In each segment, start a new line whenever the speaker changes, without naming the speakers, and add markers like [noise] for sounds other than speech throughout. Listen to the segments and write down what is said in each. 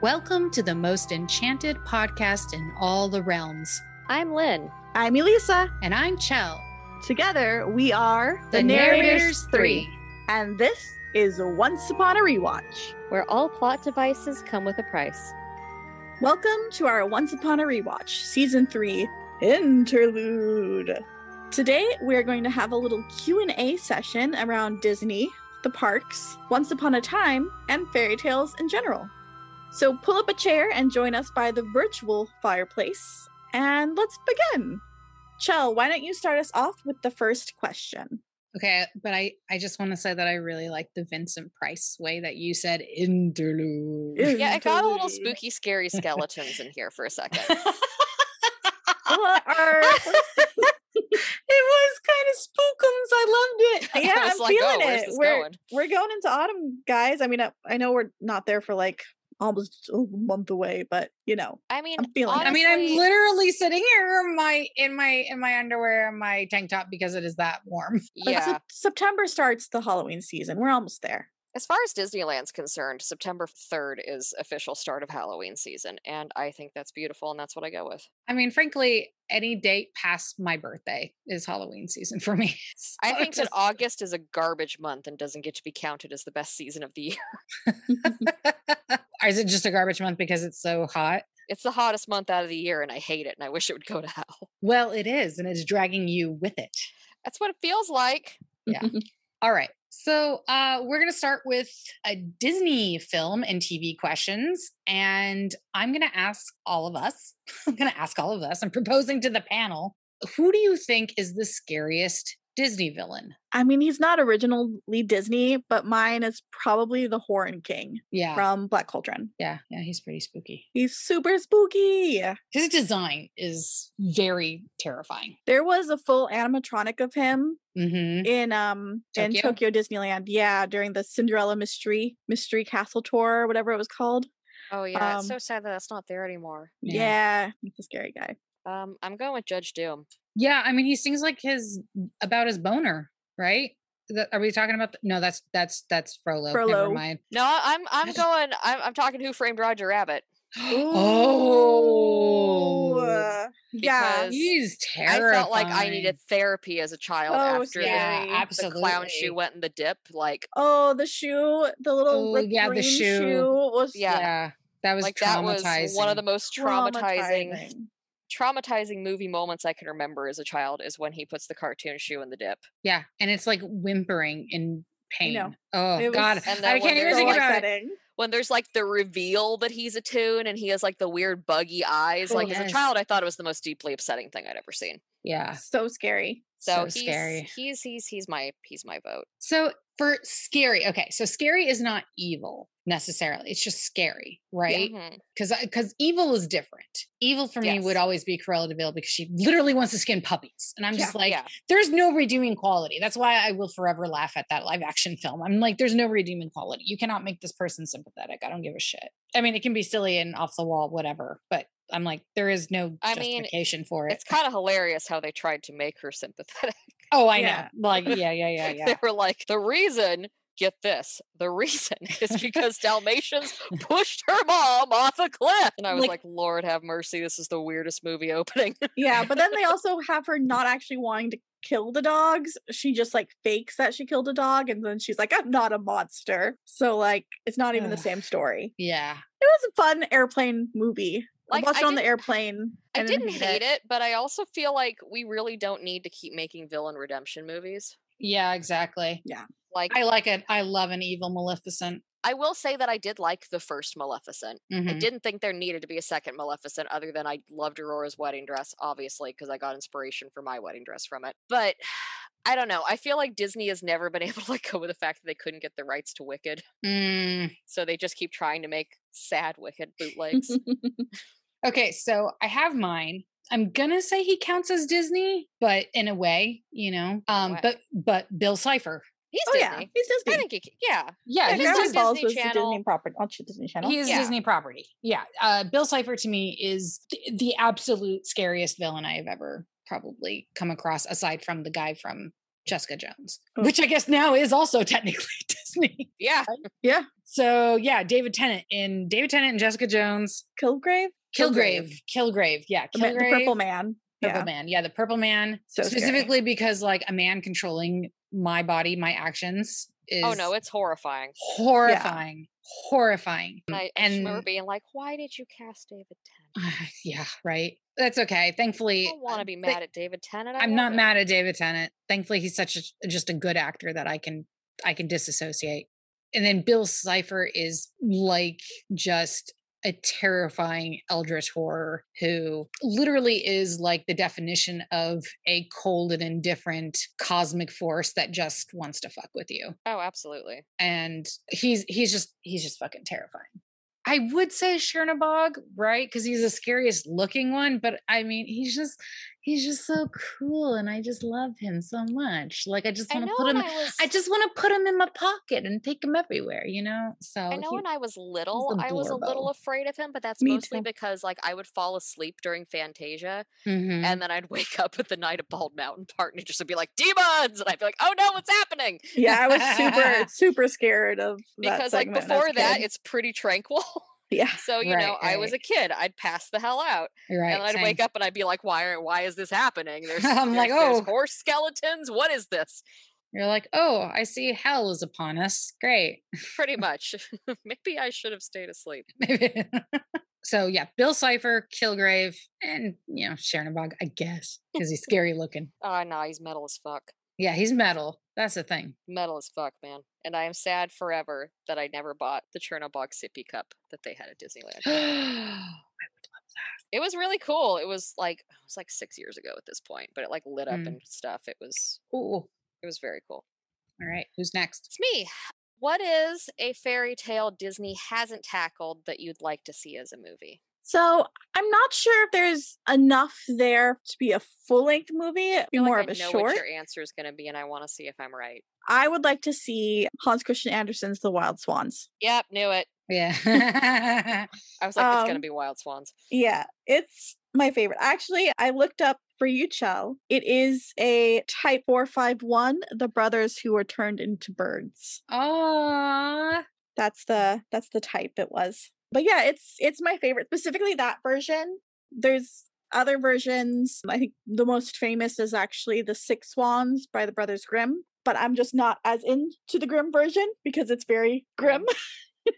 Welcome to the most enchanted podcast in all the realms.
I'm Lynn.
I'm Elisa.
And I'm Chell,
Together, we are And this is Once Upon a Rewatch.
where all plot devices come with a price.
Welcome to our Once Upon a Rewatch Season 3 Interlude. Today, we're going to have a little Q&A session around Disney, the parks, Once Upon a Time, and fairy tales in general. So pull up a chair and join us by the virtual fireplace, and let's begin. Chell, why don't you start us off with the first question?
Okay, but I, I just want to say that I really like the Vincent Price way that you said interlude.
Yeah, it got a little
Interlude.
spooky, scary skeletons in here for
[laughs]
a second. [laughs]
Well, our
was kind of spookums. I loved it.
[laughs] yeah,
I was
I'm
like, oh,
feeling
where's
it.
this
We're
going?
we're going into autumn, guys. I mean, I, I know we're not there for like almost a month away, but you know,
I mean,
I'm feeling
[laughs]
it.
I mean, I'm
honestly,
literally sitting here in my in my in my underwear and my tank top because it is that warm. [laughs]
like, [laughs]
Yeah,
Sep- September starts the Halloween season. We're almost there. [laughs]
as far as Disneyland's concerned, September 3rd is official start of Halloween season, and I think that's beautiful, and that's what I go with.
I mean, frankly, any date past my birthday is Halloween season for me. [laughs]
I
So
think that
just-
August is a garbage month and doesn't get to be counted as the best season of the year.
[laughs]
[laughs]
Or is it just a garbage month because it's so hot?
It's the hottest month out of the year, and I hate it, and I wish it would go to hell.
Well, it is, and it's dragging you with it.
That's what it feels like.
Yeah. All right. So uh, we're going to start with a Disney film and TV questions. And I'm going to ask all of us, [laughs] I'm going to ask all of us, I'm proposing to the panel who do you think is the scariest Disney villain?
I mean, he's not originally Disney, but mine is probably the Horn King
Yeah.
from Black Cauldron.
yeah. Yeah. He's pretty spooky.
He's super spooky.
His design is very terrifying.
There was a full animatronic of him
Mm-hmm.
in um in
Tokyo?
Tokyo Disneyland. Yeah, during the Cinderella Mystery Mystery Castle tour or whatever it was called.
Oh yeah, it's
Um,
so sad that that's not there anymore.
Yeah.
Yeah, he's a scary guy.
Um, I'm going with Judge Doom.
Yeah. I mean, he sings like his about his boner, right? That, are we talking about? The, no, that's that's that's Frollo. Never
Frollo.
mind.
No, I- I'm I'm
Judge-
going. I'm, I'm talking Who Framed Roger Rabbit.
Ooh,
Oh,
uh, yeah.
because
he's
I
terrifying.
felt like I needed therapy as a child
Oh,
after
yeah,
scary.
the, the clown
absolutely.
shoe went in the dip. Like
Oh, the shoe, the little
Oh,
like,
yeah, the
green
shoe.
shoe. was
Yeah.
Yeah.
that was
like that was
traumatizing.
one of the most traumatizing
traumatizing.
traumatizing movie moments I can remember as a child is when he puts the cartoon shoe in the dip.
yeah, and it's like whimpering in pain.
know.
Oh
It
God,
was
And then
I
when
can't even
they're
think
like-
So
about it.
upsetting.
When there's like the reveal that he's a toon and he has like the weird buggy eyes. Like as
Yes.
a child, I thought it was the most deeply upsetting thing I'd ever seen.
Yeah,
So scary.
So,
So
he's,
scary.
he's he's he's my he's my vote.
so for scary, okay, so scary is not evil necessarily. It's just scary, right?
Mhm.
Because because evil is different. Evil for me would
Yes.
always be Cruella de Vil because she literally wants to skin puppies, and I'm just like,
yeah.
there's no redeeming quality. That's why I will forever laugh at that live action film. I'm like, there's no redeeming quality. You cannot make this person sympathetic. I don't give a shit. I mean, it can be silly and off the wall, whatever, but I'm like, there is no
I mean,
justification for it.
It's kind of hilarious how they tried to make her sympathetic.
Oh, I
yeah.
know.
[laughs]
Like, yeah, yeah, yeah, yeah.
They were like, the reason, get this, the reason [laughs] is because [laughs] Dalmatians pushed her mom off a cliff. And I was
Like-
like, Lord have mercy, this is the weirdest movie opening.
Yeah, but
[laughs]
then they also have her not actually wanting to kill the dogs. She just like fakes that she killed a dog and then she's like, I'm not a monster. So like it's not even the
Ugh.
same story.
yeah.
It was a fun airplane movie.
Like,
I watched
I
it on the
didn't-
airplane.
I didn't hate it, but I also feel like we really don't need to keep making villain redemption movies.
Yeah, exactly.
Like,
I like it. I love an evil Maleficent.
I will say that I did like the first Maleficent. I
Mhm.
didn't think there needed to be a second Maleficent, other than I loved Aurora's wedding dress, obviously, because I got inspiration for my wedding dress from it. But [sighs] I don't know. I feel like Disney has never been [laughs] able to let go of the fact that they couldn't get the rights to Wicked,
Mm.
so they just keep trying to make sad Wicked
[laughs]
bootlegs.
Okay, so I have mine. I'm gonna say he counts as Disney, but in a way, you know. Um,
way.
but but Bill Cipher.
He's
[laughs] Oh
Disney.
yeah, he's
I
Disney.
think he, c- yeah,
Yeah,
Yeah,
he's
he's
Disney.
on Disney Channel.
Disney property. On Disney Channel.
He is
Yeah.
Disney property. Yeah. Uh, Bill Cipher to me is th- the absolute scariest villain I have ever probably come across, aside from the guy from Jessica Jones,
Oh.
which I guess now is also [laughs] technically Disney.
Yeah.
Yeah.
So yeah, David Tennant in David Tennant and Jessica Jones.
Kilgrave?
Kilgrave. Kilgrave. Yeah.
The, man,
Kilgrave.
the purple man.
Purple
yeah.
man. Yeah, the purple man.
So scary.
specifically because like a man controlling my body, my actions is
Oh no, it's horrifying.
horrifying. Horrifying.
And I, I just
Mm, and
remember being like, why did you cast David Tennant?
Ah, yeah, right. That's okay.
I
Thankfully
don't want to be
um, they-
mad at David Tennant. I
I'm
love
not
him.
mad at David Tennant. Thankfully, he's such a, just a good actor that I can I can disassociate. And then Bill Cipher is like just a terrifying eldritch horror who literally is like the definition of a cold and indifferent cosmic force that just wants to fuck with you.
Oh, absolutely.
And he's he's just he's just fucking terrifying. I would say Chernabog, right? Because he's the scariest looking one, but I mean, he's just he's just so cool, and I just love him so much. Like I just
I
want
know
to put
when
him.
I was
I just want to put him in my pocket and take him everywhere, you know. So
I know
Oh, he-
when I was little,
the
I was a little
Blorbo.
afraid of him, but that's
Me
mostly
too.
because like I would fall asleep during Fantasia,
Mhm.
and then I'd [laughs] wake up at the night of Bald Mountain Park, and it just would be like demons, and I'd be like, "Oh no, what's happening?"
[laughs] Yeah, I was
[laughs]
super, super scared of that
Because like
segment when I was
before
a
that,
kid.
it's pretty tranquil. [laughs]
yeah,
so you know,
Right,
I was a
right.
kid. I'd pass the hell out,
You're right.
and I'd wake up and I'd be like, "Why? Are, why is this happening?" There's,
I'm like,
there's-
"Oh."
there's horse skeletons. What is this?"
You're like, oh, I see hell is upon us. Great. [laughs]
Pretty much. [laughs] Maybe I should have stayed asleep.
Maybe. so yeah, Bill Cipher, Kilgrave, and you know Chernabog, I guess, because he's scary looking.
Oh no, he's metal as fuck.
Yeah, he's metal. That's the thing. [gasps]
metal as fuck, man. And I am sad forever that I never bought the Chernobog sippy cup that they had at
[laughs]
Disneyland. it was really cool. It was like it was like six years ago at this point, but it like lit up
Mm.
and stuff. It was
Ooh.
it was very cool.
All right. Who's next?
It's me. What is a fairy tale Disney hasn't tackled that you'd like to see as a movie?
So I'm not sure if there's enough there to be a full length movie.
I feel like
More
I
of a
know
short.
what your answer is going to be, and I want to see if I'm right.
I would like to see Hans Christian Andersen's The Wild Swans.
Yep, knew it.
Yeah. [laughs]
I was like, it's going to
Um,
be Wild Swans.
Yeah, it's my favorite. Actually, I looked up for you, Chell. It is a Type 451, the brothers who were turned into birds.
Oh.
That's the that's the type it was. But yeah, it's it's my favorite. Specifically that version. There's other versions. I think the most famous is actually The Six Swans by the Brothers Grimm, but I'm just not as into the Grimm version because it's very grim.
Um,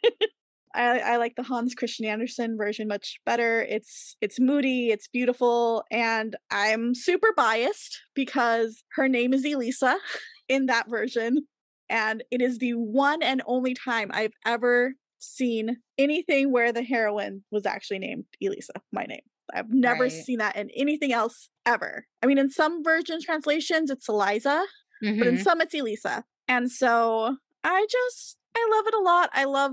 I, I like the Hans Christian Andersen version much better. It's it's moody, it's beautiful, and I'm super biased because her name is Elisa [laughs] in that version, and it is the one and only time I've ever seen anything where the heroine was actually named Elisa, my name. I've never
Right.
seen that in anything else ever. I mean, in some version translations, it's Eliza,
Mm-hmm.
but in
Mhm.
some it's Elisa. And so I just I love it a lot. I love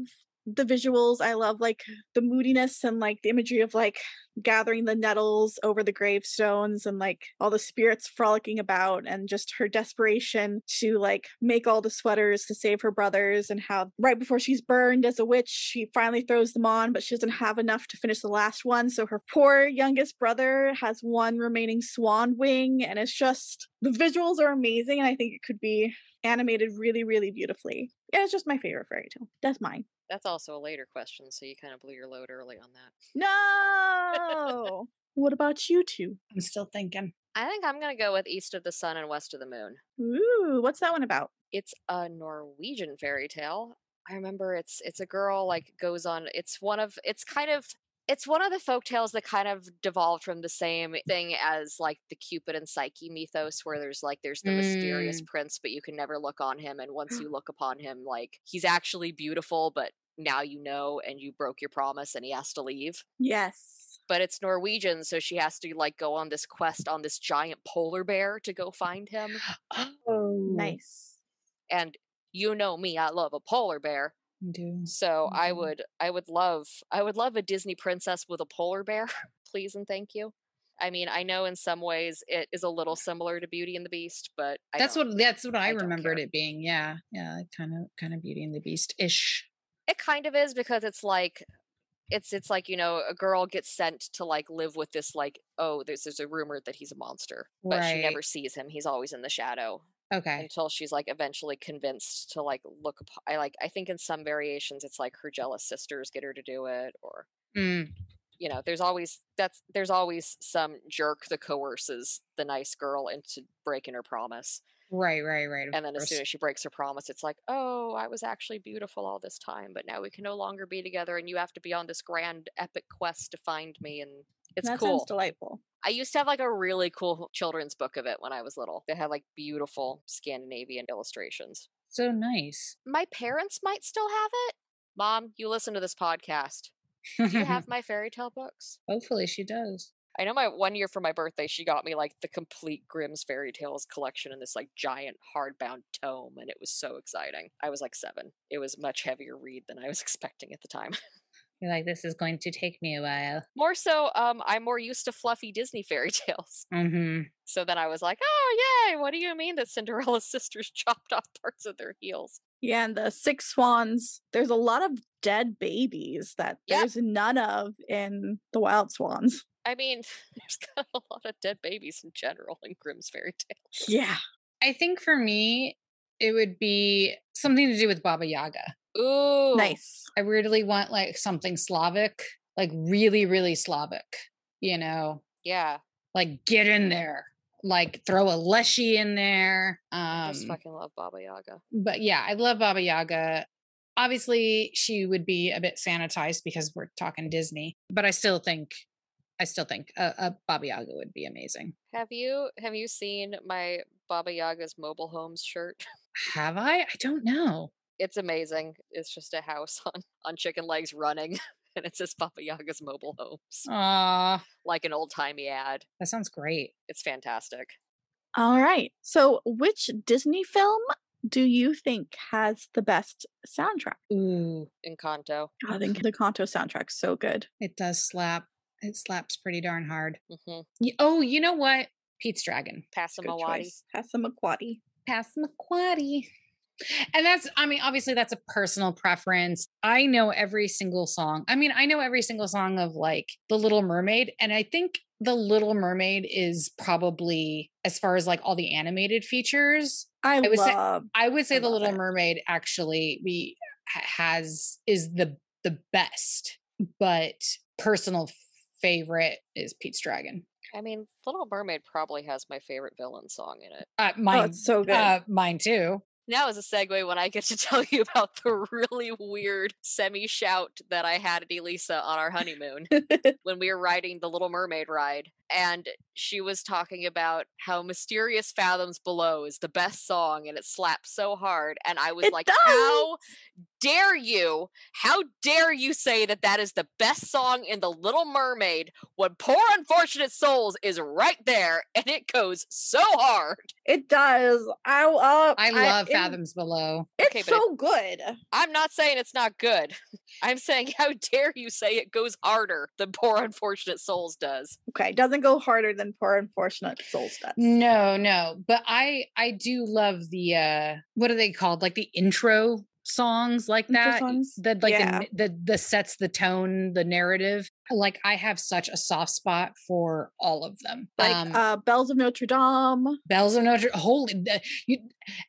the visuals. I love like the moodiness and like the imagery of like gathering the nettles over the gravestones and like all the spirits frolicking about and just her desperation to like make all the sweaters to save her brothers and how right before she's burned as a witch she finally throws them on but she doesn't have enough to finish the last one so her poor youngest brother has one remaining swan wing and it's just the visuals are amazing and I think it could be animated really really beautifully. Yeah, it's just my favorite fairy tale. That's mine.
That's also a later question, so you kind of blew your load early on that.
No. what about you two?
I'm still thinking.
I think I'm going to go with East of the Sun and West of the Moon.
Ooh, what's that one about?
it's a Norwegian fairy tale. I remember it's it's a girl like goes on it's one of it's kind of it's one of the folk tales that kind of devolved from the same thing as like the Cupid and Psyche mythos where there's like there's the mysterious prince but you can never look on him and once you look upon him like he's actually beautiful but now you know and you broke your promise and he has to leave
Yes.
but it's Norwegian so she has to like go on this quest on this giant polar bear to go find him
Oh.
Nice.
and you know me I love a polar bear
I do.
So I
Mhm.
would I would love I would love a Disney princess with a polar bear, [laughs] please and thank you. I mean, I know in some ways it is a little similar to Beauty and the Beast, but I
That's
don't-
what that's what I,
I don't
remembered
care.
it being. Yeah. Yeah. Kind of kind of Beauty and the Beast ish.
it kind of is because it's like it's it's like, you know, a girl gets sent to like live with this like, oh, there's there's a rumor that he's a monster, but she
Right.
never sees him. He's always in the shadow.
Okay.
until she's like eventually convinced to like look up- I like I think in some variations it's like her jealous sisters get her to do it or
Mm,
you know there's always that's there's always some jerk that coerces the nice girl into breaking her promise
right, right, right. of
and then as
course.
soon as she breaks her promise it's like oh I was actually beautiful all this time but now we can no longer be together and you have to be on this grand epic quest to find me and it's
that
cool
sounds delightful.
I used to have like a really cool children's book of it when I was little that had like beautiful Scandinavian illustrations
so nice.
my parents might still have it. Mom, you listen to this podcast. Do you have my fairy tale books?
[laughs] Hopefully she does.
I know my one year for my birthday, she got me like the complete Grimm's fairy tales collection in this like giant hardbound tome, and it was so exciting. I was like seven. It was much heavier read than I was [laughs] expecting at the time.
You're like, this is going to take me a while.
more so, um, I'm more used to fluffy Disney fairy [laughs] tales.
hmm
So then I was like, oh yay, what do you mean that Cinderella's [laughs] sisters chopped off parts of their heels?
Yeah, and the six swans. There's a lot of dead babies that
Yep.
there's none of in the wild swans.
I mean, [laughs] there's got a lot of dead babies in general in Grimm's fairy tales.
Yeah.
I think for me, it would be something to do with Baba Yaga.
Ooh,
Nice.
I really want like something Slavic, like really, really Slavic, you know,
Yeah,
like get in there, like throw a leshy in there.
I
Um,
just fucking love Baba Yaga.
but yeah, I love Baba Yaga. Obviously, she would be a bit sanitized because we're talking Disney, but I still think, I still think a, a Baba Yaga would be amazing.
Have you have you seen my Baba Yaga's mobile homes shirt? [laughs]
Have I? I don't know.
It's amazing. It's just a house [laughs] on on chicken legs running, [laughs] and it says Baba Yaga's mobile homes,
Oh.
Ah,
like an old timey ad.
that sounds great.
It's fantastic.
All right. So, which Disney film do you think has the best soundtrack?
Ooh,
Encanto.
God, I think the Kanto soundtrack's so good.
it does slap. It slaps pretty darn hard.
Mm-hmm.
Y- Oh, you know what? Pete's Dragon.
Good
Passamaquoddy.
choice. Passamaquoddy.
Pass McQuaddy. And that's, I mean, obviously that's a personal preference. I know every single song. I mean, I know every single song of like The Little Mermaid. And I think The Little Mermaid is probably, as far as like all the animated features,
I,
would say-
love. oh,
I would say
I
The
love
Little
it.
Mermaid actually we ha- has is the the best, but personal favorite is Pete's Dragon.
I mean, Little Mermaid probably has my favorite villain song in it.
Uh,
oh,
mine,
it's so good.
uh, mine too.
Now is a segue when I get to [laughs] tell you about the really weird semi shout that I had at Elisa on our honeymoon. when we were riding the Little Mermaid ride, and she was talking about how Mysterious Fathoms Below is the best song and it slaps so hard. And I was
It
like,
does.
How dare you? How dare you say that that is the best song in The Little Mermaid when Poor Unfortunate Souls is right there and it goes so hard?
[laughs] it does. I, uh,
I love
it-
Fathoms Below.
It's
Okay, but it-
so good.
I'm not saying it's not good. [laughs] I'm saying, How dare you say it goes harder than Poor Unfortunate Souls does?
Okay, it doesn't go harder than poor unfortunate souls does.
No, no, but I I do love the uh what are they called? Like the intro songs like
Intro
that.
songs?
That like
Yeah.
the, the the sets the tone, the narrative. Like I have such a soft spot for all of them.
Like
um,
uh, Bells of Notre Dame.
Bells of Notre Holy. the- You,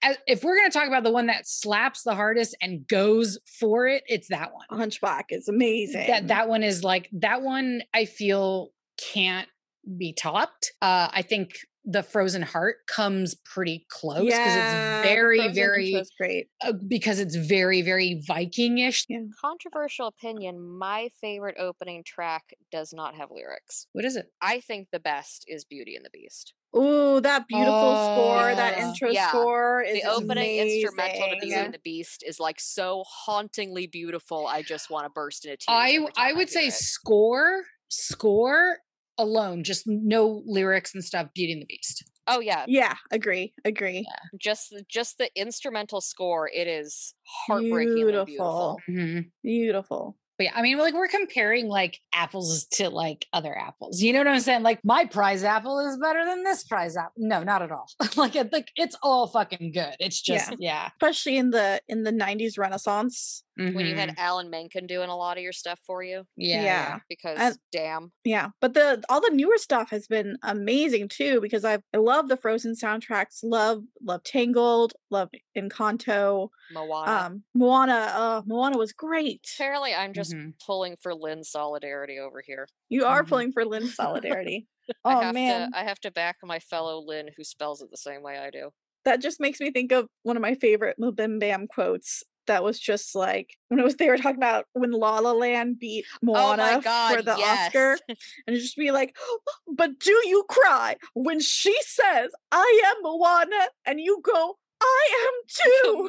as, if we're gonna talk about the one that slaps the hardest and goes for it, it's that one.
Hunchback is amazing.
That that one is like that one. I feel can't be topped. Uh, I think the Frozen Heart comes pretty close because
Yeah,
it's
the
very,
Frozen
very
intro's great.
uh, because it's very, very Vikingish.
Controversial opinion, my favorite opening track does not have lyrics.
What is it?
I think the best is Beauty and the Beast.
Ooh, that beautiful score, that
yeah.
intro
Oh, Yeah.
score is
The opening instrumental to Beauty
amazing.
and the Beast is like so hauntingly beautiful. I just want to burst into tears.
I
every
I
time
would say
hear it.
score score alone, just no lyrics and stuff. Beauty and the Beast.
Oh yeah,
Yeah, agree, agree.
just the- just the instrumental score. It is heartbreakingly beautiful.
Beautiful.
Mhm.
Beautiful.
But yeah, I mean, like we're comparing like apples to like other apples. You know what I'm saying? Like my prize apple is better than this prize apple. No, not at all. [laughs] like, it, like it's all fucking good. It's
Yeah.
just yeah.
Especially in the in the 90s renaissance.
when you had
Mhm.
Alan Menken doing a lot of your stuff for you.
yeah,
Yeah.
Because damn,
Yeah, but the all the newer stuff has been amazing too because I I love the Frozen soundtracks, love love Tangled, love Encanto,
Moana.
um Moana. Oh, Moana was great.
Apparently, I'm just
Mhm.
pulling for Lynn solidarity over here.
You are
Mhm.
pulling for Lynn's solidarity.
Mm-hmm. [laughs] I
oh
have
man,
to I have to back my fellow Lynn who spells it the same way I do.
that just makes me think of one of my favorite Lil Bim Bam quotes. That was just like when it was they were talking about when La La Land beat
Oh
Moana for the [laughs]
[laughs]
Oscar, and it'd just be like, [gasps] "But do you cry when she says I am Moana, and you go, I am too,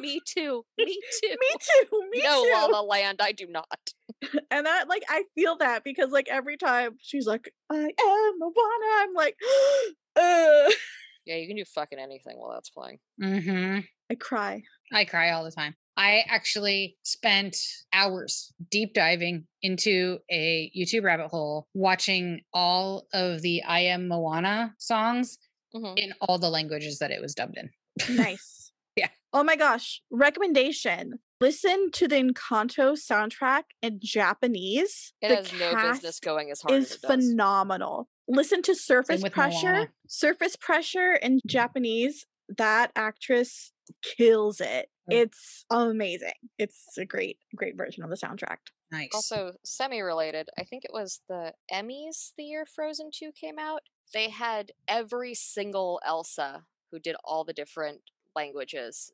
[laughs] me too. Me too.
me too, [laughs] me
no,
too."
La La Land, I do not.
And that like I feel that because like every time she's like, "I am Moana," I'm like, [gasps] uh,
Yeah, you can do fucking anything while that's playing.
Mhm.
I cry.
I cry all the time. I actually spent hours deep diving into a YouTube rabbit hole watching all of the I Am Moana songs
Mhm.
in all the languages that it was dubbed in.
Nice.
[laughs]
Yeah.
Oh my gosh. Recommendation. Listen to the Encanto soundtrack in Japanese.
It
the
has no business
cast
going as hard
Is
as it does.
phenomenal. Listen to Surface
with
Pressure.
Moana.
Surface Pressure in
Mm-hmm.
Japanese. That actress kills it.
Oh.
Mm.
It's amazing. It's a great, great version of the soundtrack.
Nice.
also semi-related i think it was the emmys the year frozen 2 came out they had every single elsa who did all the different languages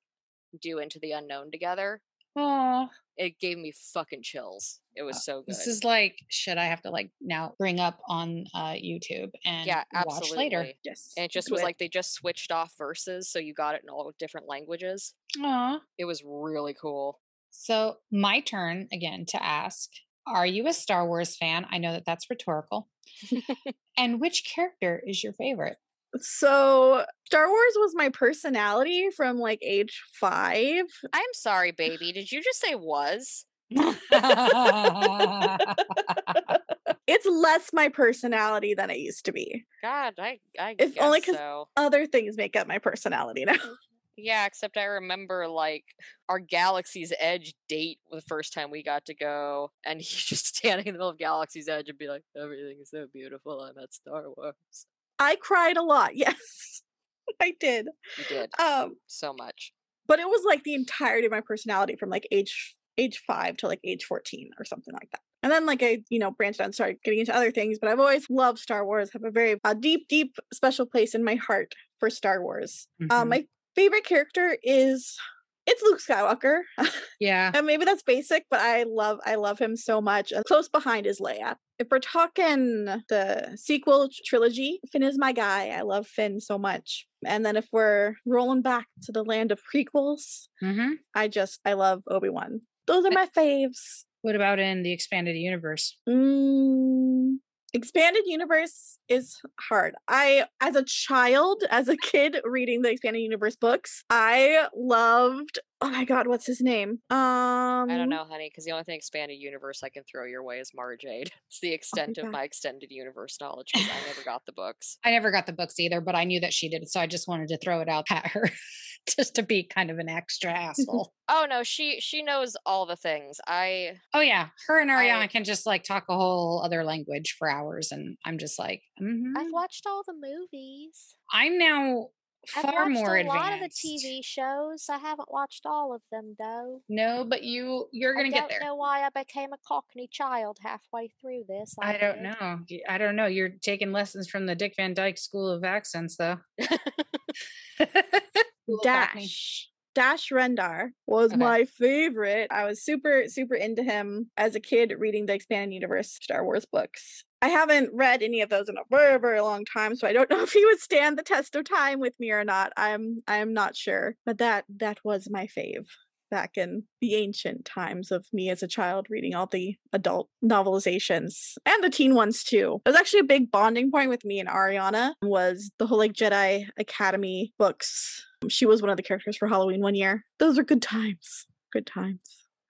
do into the unknown together
Aw,
it gave me fucking chills it was
Uh,
Oh,
so good
this is like shit. I have to like now bring up on uh, YouTube and
yeah
watch
absolutely
later.
Yes.
and it just
do
was like they just switched off verses so you got it in all different languages
Aw.
it was really cool
So my turn again to ask: Are you a Star Wars fan? I know that that's rhetorical. [laughs] and which character is your favorite? [laughs]
so Star Wars was my personality from like age five.
i'm sorry baby did you just say was
Um,
It's less my personality than it used to be.
god i i
If
guess
only 'cause
so.
other things make up my personality [laughs] now.
Yeah, except I remember like our Galaxy's Edge date the first time we got to go, and [laughs] he's just standing in the middle of Galaxy's Edge and be like, "Everything is so beautiful. I'm at Star Wars."
I cried a lot. Yes, [laughs] I did.
You did
Um,
so much.
but it was like the entirety of my personality from like age age five to like age fourteen or something like that. And then like I you know branched out and started getting into other things. But I've always loved Star Wars. Have a very a deep deep special place in my heart for Star Wars. Um,
Mhm.
my favorite character is it's Luke Skywalker. [laughs]
yeah.
and maybe that's basic, but I love I love him so much. And close behind is Leia. If we're talking the sequel tr- trilogy, Finn is my guy. I love Finn so much. And then if we're rolling back to the land of prequels,
hmm
I just I love Obi Wan. Those are
I-
my faves.
What about in the expanded universe?
Mm, expanded universe is hard. I, as a child, as a kid reading the expanded universe books, I loved. Oh my god, what's his name? Um,
I don't know, honey, because the only thing expanded universe I can throw your way is Mara Jade. [laughs] It's the extent of
Oh God.
my extended universe knowledge because I
[laughs]
never got the books.
I never got the books either, but I knew that she did, so I just wanted to throw it out at her, [laughs] just to be kind of an extra asshole.
Oh no, she she knows all the things. I
oh yeah, her and Ariana
I-
can just like talk a whole other language for hours, and I'm just like, mhm.
I've watched all the movies.
I'm now
I've
far
watched
more
a
advanced.
lot of the TV shows. I haven't watched all of them though.
No, but you you're gonna
I
get
don't
there.
know why I became a Cockney child halfway through this.
I don't
did.
know. Y- I don't know. You're taking lessons from the Dick Van Dyke School of Accents, though.
[laughs]
School of acting.
Dash. Dash Rendar was
Okay.
my favorite. I was super, super into him as a kid reading the expanded universe Star Wars books. I haven't read any of those in a very, very long time, so I don't [laughs] know if he would stand the test of time with me or not. I'm I'm not sure. But that that was my fave back in the ancient times of me as a child reading all the adult novelizations and the teen ones too. It was actually a big bonding point with me and Ariana was the whole like Jedi Academy books. She was one of the characters for Halloween one year. Those are good times. Good times.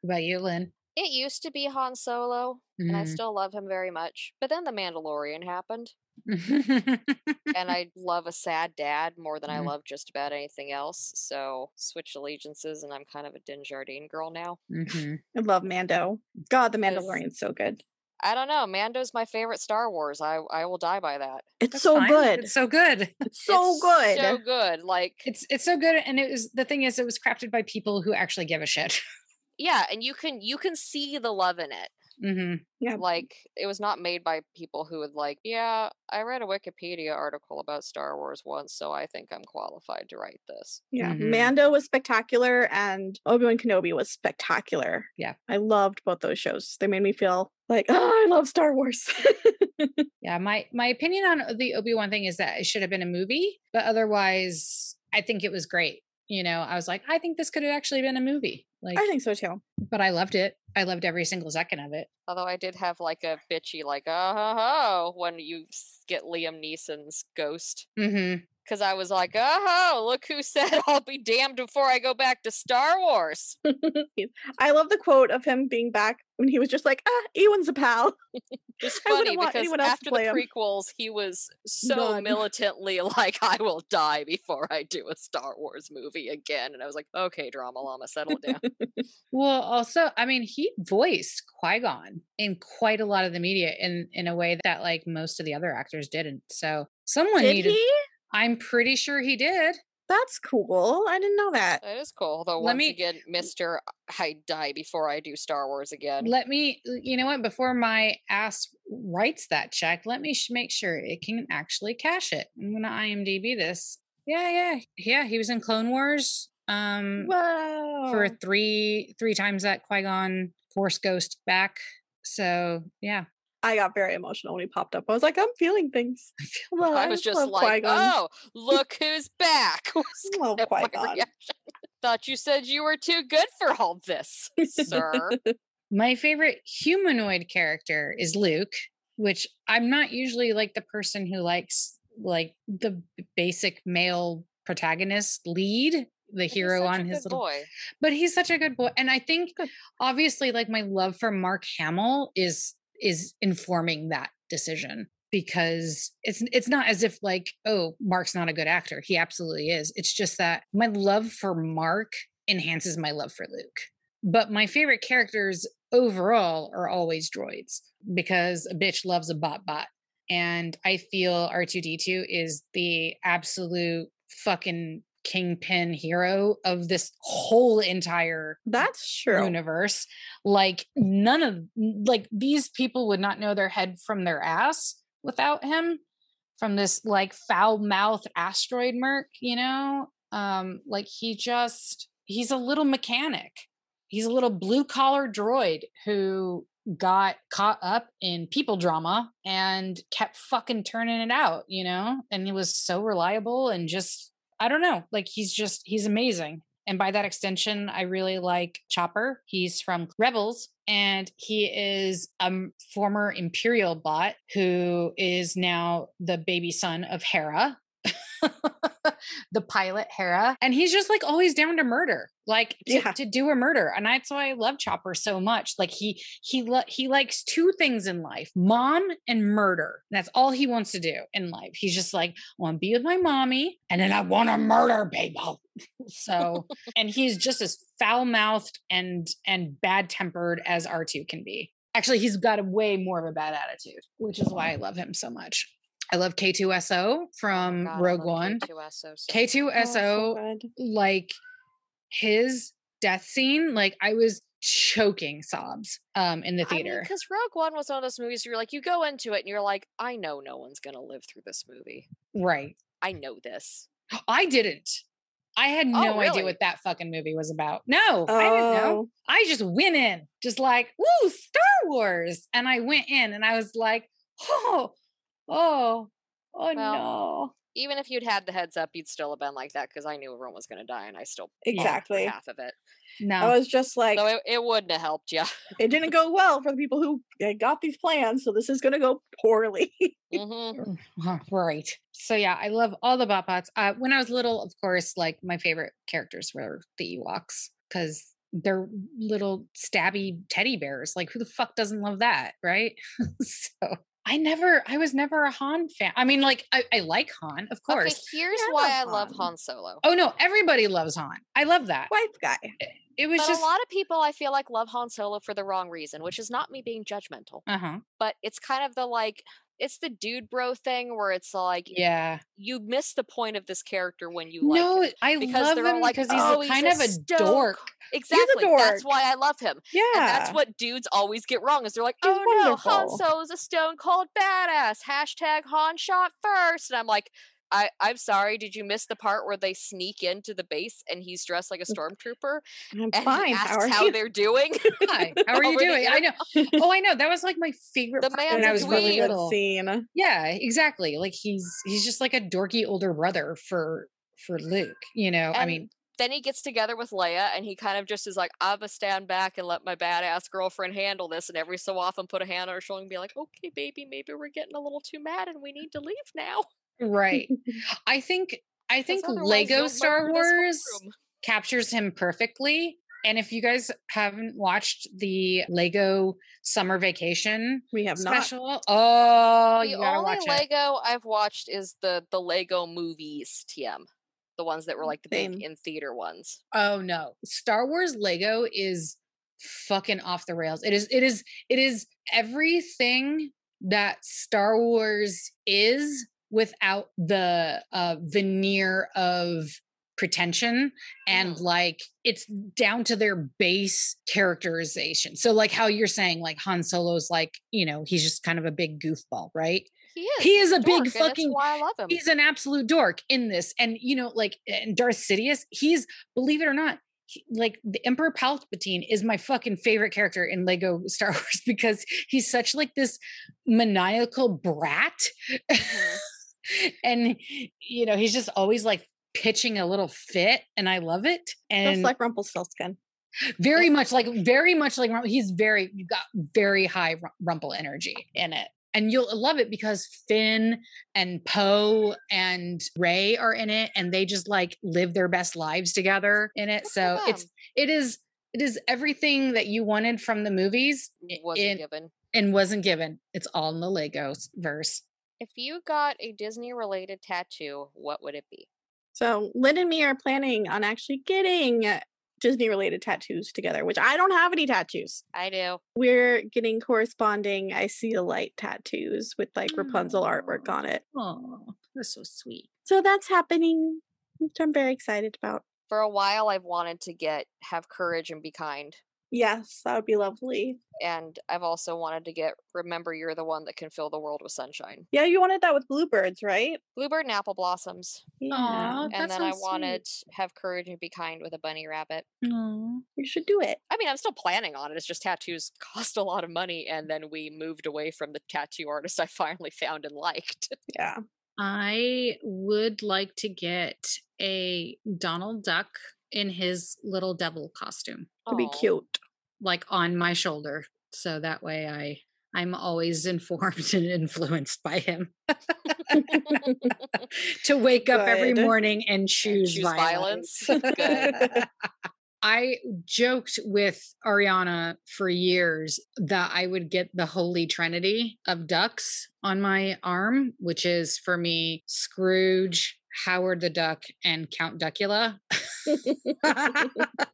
What about you, Lynn?
It used to be Han Solo, and I
Mhm.
Mm-hmm.
still love him very much. But then The Mandalorian happened,
Mm-hmm. [laughs]
[laughs]
and I love a sad dad more than I
Mm-hmm.
Mhm.
love just about anything else. So switch allegiances, and I'm kind of a Din Jardine girl now.
Mhm.
I love Mando. God, the
Yes.
Mandalorian's so good.
I don't know. Mando's my favorite Star Wars. I I will die by that.
It's
That's
so
fine.
good.
It's
It's,
so good.
so
It's
good.
So good. Like
It's it's so good. And it was the thing is it was crafted by people who actually give a shit. [laughs]
yeah, and you can you can see the love in it.
hmm
Yep.
Like it was not made by people who would like, yeah, I read a Wikipedia article about Star Wars once, so I think I'm qualified to write this.
yeah,
Mhm.
Mando was spectacular, and Obi Wan Kenobi was spectacular.
Yeah.
I loved both those shows. They made me feel like, oh, I love Star Wars. [laughs]
Yeah, my my opinion on uh, the Obi Wan thing is that it should have been a movie, but otherwise, I think it was great. You know, I was like, I think this could have actually been a movie. Like,
I think so too.
but I loved it. I loved every single second of it.
Although I did have like a bitchy like, oh ho ho when you s- get Liam Neeson's ghost.
Mm-hmm.
Cause I was like, oh, look who said [laughs] I'll be damned before I go back to Star Wars.
I love the quote of him being back when he was just like, ah, Ewan's a pal.
[laughs] It's
[laughs] I wouldn't
funny
want
because
anyone else to
after the
play 'em.
prequels, he was so
Done.
militantly [laughs] like, "I will die before I do a Star Wars movie again," and I was like, "Okay, drama llama, settle down."
Well, also, I mean, he voiced Qui Gon in quite a lot of the media in in a way that like most of the other actors didn't. So someone
Did
needed.
he?
I'm pretty sure he did.
That's cool. I didn't know that.
that is cool. Although
Let
once
me-
again, Mister, I die before I do Star Wars again. [laughs]
Let me, you know what? Before my ass writes that check, let me sh- make sure it can actually cash it. I'm gonna IMDb this. Yeah, yeah, yeah. He was in Clone Wars.
mm.
Um,
Wow.
for three three times that Qui Gon Force Ghost back. So yeah,
I got very emotional when he popped up. I was like, I'm feeling things.
[laughs]
Well,
I was just like,
Qui-Gon.
"Oh, look who's back!" [laughs]
[laughs]
was
Love
kind of my
Qui-Gon.
reaction. [laughs] Thought you said you were too good for all this, sir.
my favorite humanoid character is Luke, which I'm not usually like the person who likes like the b- basic male protagonist lead, the
But he's
hero
such a
on his
good
little
boy.
but he's such a good boy and i think
Good.
obviously like my love for mark hamill is is informing that decision because it's it's not as if like oh mark's not a good actor he absolutely is it's just that my love for mark enhances my love for luke but my favorite characters overall are always droids because a bitch loves a bot bot and i feel r2d2 is the absolute fucking kingpin hero of this whole entire
That's true.
universe like none of like these people would not know their head from their ass without him from this like foul mouthed asteroid merc you know um like he just he's a little mechanic he's a little blue collar droid who got caught up in people drama and kept fucking turning it out you know and he was so reliable and just i don't know like he's just he's amazing and by that extension, I really like Chopper. He's from Rebels and he is a m- former Imperial bot who is now the baby son of Hera, [laughs] the pilot Hera. And he's just like always down to murder, like to,
Yeah.
to do a murder. And that's why I love Chopper so much. Like he he lo- he likes two things in life, mom and murder. That's all he wants to do in life. He's just like, I want to be with my mommy and then I want to murder people. [laughs] So and he's just as foul mouthed and and bad tempered as R2 can be. Actually, he's got a way more of a bad attitude, which is why I love him so much. I love K2SO from
Oh God, I
um, Rogue
love
One.
K2SO uh, so much.
Oh, it's so
K2SO,
good.
like his death scene, like I was choking sobs um in the theater.
Because Rogue One was one of those movies where you're like, you go into it and you're like, I know no one's gonna live through this movie.
right.
I know this.
I didn't. I had
Oh,
no idea
really?
what that fucking movie was about. No,
Oh,
I didn't know. I just went in, just like, ooh, Star Wars. And I went in and I was like, oh, oh, oh no.
Even if you'd had the heads up, you'd still have been like that because I knew everyone was gonna die and I still bought
exactly.
half of it.
No.
I was just like,
Oh. So it, it wouldn't have helped you.
it didn't go well for the people who uh, got these plans, so this is going to go poorly. [laughs]
hmm
Huh, uh-huh, Right. So yeah, I love all the Bot Bots. Uh, when I was little, of course, like my favorite characters were the Ewoks because they're little stabby teddy bears. Like who the fuck doesn't love that, right? [laughs] so I never, I was never a Han fan. I mean, like, I, I like Han, of
Okay,
course.
here's
I
why I
love
love
Han.
Han Solo.
Oh no, everybody loves Han. I love that.
White guy.
It was
but
just,
a lot of people I feel like love Han Solo for the wrong reason, which is not me being judgmental,
uh huh.
but it's kind of the like it's the dude bro thing where it's like
Yeah.
you miss the point of this character when you like
No,
him.
I
because
love
they're all
him
like,
because he's
"Oh,
a
he's
kind
a
of a
stoic."
dork.
Exactly. That's
dork.
why I love him.
Yeah.
And that's what dudes always get wrong is they're like,
He's
oh no, Han
wonderful."
Solo's a stone cold badass. Hashtag Han shot first. And I'm like, I, I'm sorry, did you miss the part where they sneak into the base and he's dressed like a stormtrooper? [laughs]
I'm
And
Mm, fine.
he asks
How
how,
are you?
they're
[laughs]
doing. [laughs]
Hi, how are you
Over the
doing? I know. Oh, I know. That was like my favorite
The
part
man's
when
a
I was really
dweeb.
little.
scene.
Yeah, exactly. Like he's he's just like a dorky older brother for for Luke. You know, I
And
mean,
then he gets together with Leia and he kind of just is like, I'ma stand back and let my badass girlfriend handle this. And every so often put a hand on her shoulder and be like, okay, baby, maybe we're getting a little too mad and we need to leave now. [laughs] 'cause
right? I think I think
otherwise
Lego
you'll murder
Star
this whole
Wars
room."
captures him perfectly. And if you guys haven't watched the Lego Summer Vacation
We have not.
special, oh,
the
you gotta
only
watch it.
Lego I've watched is the the Lego movies TM, the ones that were
Mm,
like the
Same.
big in theater ones.
Oh no, Star Wars Lego is fucking off the rails. It is it is it is everything that Star Wars is without the uh veneer of pretension and
Mm.
like it's down to their base characterization. So like how you're saying like Han Solo's like, you know, he's just kind of a big goofball, right?
He is.
He
he's
is a big
dork, and it's
fucking-
why I love him.
he's an absolute dork in this and you know like and darth sidious he's believe it or not he- like the emperor palpatine is my fucking favorite character in lego [laughs] star wars because he's such like this maniacal brat
Mm-hmm.
Mhm.
[laughs] and you know he's just always like pitching a little fit and i love it
Just
and
like Rumpelstiltskin.
very much like very much like Rump- he's very you got very high Ru- rumple energy in it and you'll love it because finn and poe and ray are in it and they just like live their best lives together in it
Good for
so it's
them.
it is it is everything that you wanted from the movies i-
wasn't
in-
given.
and wasn't given it's all in the lego s- verse
If you got a Disney related tattoo, what would it be?
So Lynn and me are planning on actually getting Disney related tattoos together, which I don't have any tattoos.
I do.
We're getting corresponding I see a light tattoos with like Rapunzel
Mm.
artwork on it.
oh that's so sweet
So that's happening, which I'm very excited about.
For a while, I've wanted to get have courage and be kind,
Yes, that would be lovely.
and I've also wanted to get remember you're the one that can fill the world with sunshine.
Yeah, you wanted that with bluebirds, right?
Bluebird and apple blossoms,
Yeah.
Aw, Oh, that
and then I
sounds sweet.
wanted have courage and be kind with a bunny rabbit.
Aw.
You should do it.
I mean, I'm still planning on it. It's just tattoos [laughs] cost a lot of money, and then we moved away from the tattoo artist I finally found and liked. [laughs]
Yeah.
I would like to get a Donald Duck in his little devil costume,
It'd be
Aw. [laughs]
cute.
like on my shoulder. So that way I I'm always [laughs] informed and influenced by him [laughs] to wake up every
Good.
morning and choose,
choose
violence.
[laughs]
violence. Good.
I joked with Ariana for years that I would get the holy trinity of ducks on my arm, which is for me Scrooge, Howard the Duck, and Count Duckula. [laughs]
Oh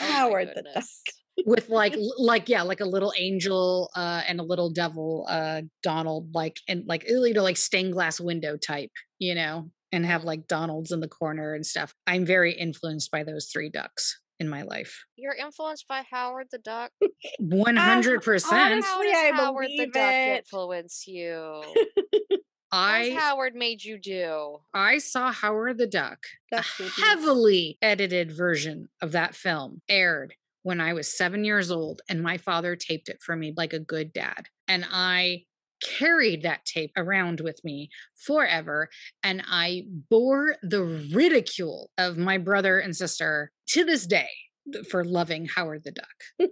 my
Howard the Duck. [laughs]
goodness.
with like l- like yeah like a little angel uh and a little devil uh donald like and like you know like stained glass window type you know and have
Mhm.
like donalds in the corner and stuff i'm very influenced by those three ducks in my life
You're influenced by Howard the Duck.
100%
How
Ah, Honestly,
does
I
Howard the
believe
Duck
it.
influence [laughs] you? What has
i
Howard made you do?
i saw howard the duck [sighs] a
That's cute.
heavily edited version of that film aired when I was seven years old, and my father taped it for me like a good dad. And I carried that tape around with me forever. And I bore the ridicule of my brother and sister to this day th- for loving Howard the Duck.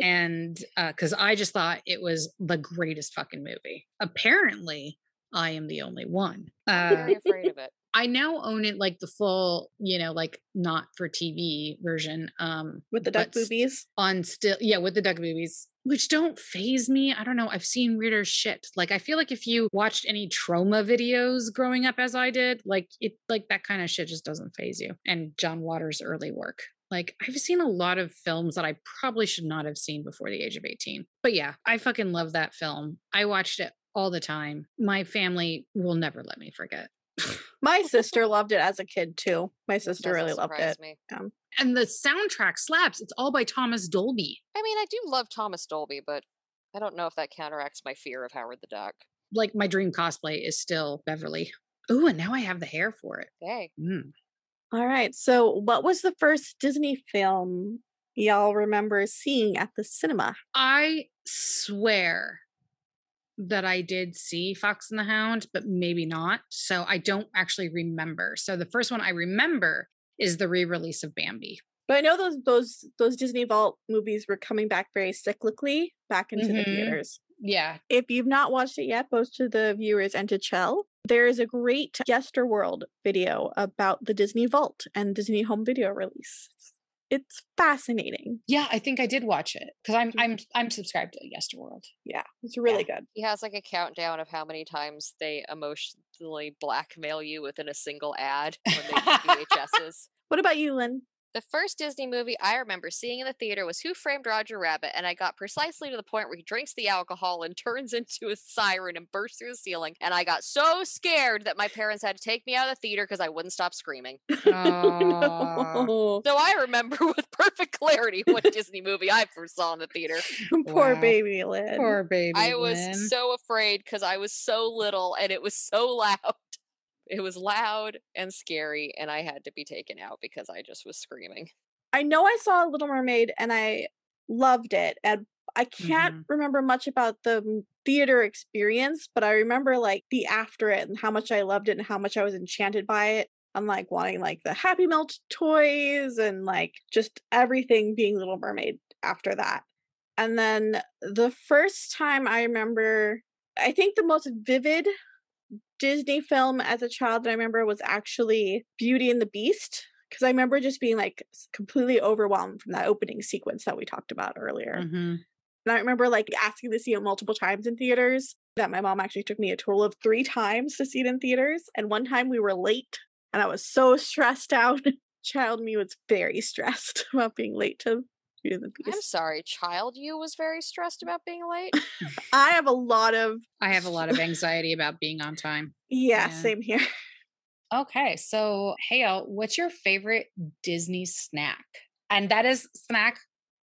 and because I just thought it was the greatest fucking movie. Apparently, I am the only one.
I'm
Uh,
very afraid of it. [laughs]
I now own it like the full, you know, like not for TV version. Um
with the duck
but s-
boobies.
on still yeah, with the duck boobies which don't phase me. I don't know. I've seen weirder shit. Like I feel like if you watched any trauma videos growing up as I did, like it like that kind of shit just doesn't phase you. And John Waters' early work. Like I've seen a lot of films that I probably should not have seen before the age of 18. But yeah, I fucking love that film. I watched it all the time. My family will never let me forget.
My sister loved it as a kid too. My sister really
Doesn't
loved
surprise
it.
Me.
And the soundtrack slaps. It's all by Thomas Dolby.
I mean, I do love Thomas Dolby, but I don't know if that counteracts my fear of Howard the Duck.
Like my dream cosplay is still Beverly. Ooh, and now I have the hair for it.
Hey,
Mm.
All right. So, what was the first Disney film y'all remember seeing at the cinema?
I swear that I did see Fox and the Hound, but maybe not. So I don't actually remember. So the first one I remember is the re-release of Bambi.
But I know those those those Disney Vault movies were coming back very cyclically back into the
Mhm.
theaters.
Yeah.
If you've not watched it yet, both to the viewers and to Chell, there is a great Yesterworld video about the Disney Vault and Disney Home Video release. It's fascinating.
Yeah, I think I did watch it because I'm I'm I'm subscribed to [laughs] Yesterworld.
Yeah, it's really good.
he has like a countdown of how many times they emotionally blackmail you within a single ad when they do VHSs.
What about you, Lynn? [laughs]
The first Disney movie I remember seeing in the theater was Who Framed Roger Rabbit, and I got precisely to the point where he drinks the alcohol and [laughs] turns into a siren and bursts through the ceiling. And I got so scared that my parents had to take me out of the theater because I wouldn't stop screaming.
Oh,
No. [laughs]
So I remember [laughs] with perfect clarity what Disney movie I first saw in the theater.
Poor
Wow.
baby Lynn.
poor baby.
I was
Lynn.
so afraid because I was so little and it was so [laughs] loud. It was loud and scary, and I had to be taken out because I just was screaming.
I know I saw Little Mermaid and I loved it, and I can't remember much about the m- theater experience, but I remember like the after it and how much I loved it and how much I was enchanted by it. I'm like wanting like the Happy Melt toys and like just everything being Little Mermaid after that. And then the first time I remember, I think the most vivid Disney film as a child that I remember was actually Beauty and the Beast. Because I remember just being like s- completely overwhelmed from that opening sequence that we talked about earlier.
Mhm.
And I remember like asking to see it multiple times in theaters, that my mom actually took me a total of three times to see it in theaters. And one time we were late and I was so stressed out. [laughs] Child me was very stressed [laughs] about being late to Beauty and the
I'm
Beast.
sorry, child. You was very stressed about being late.
I have a lot of,
I have a lot of anxiety about being on time.
yeah,
Yeah.
same here. [laughs]
Okay, so Hale, what's your favorite Disney snack? And that is snack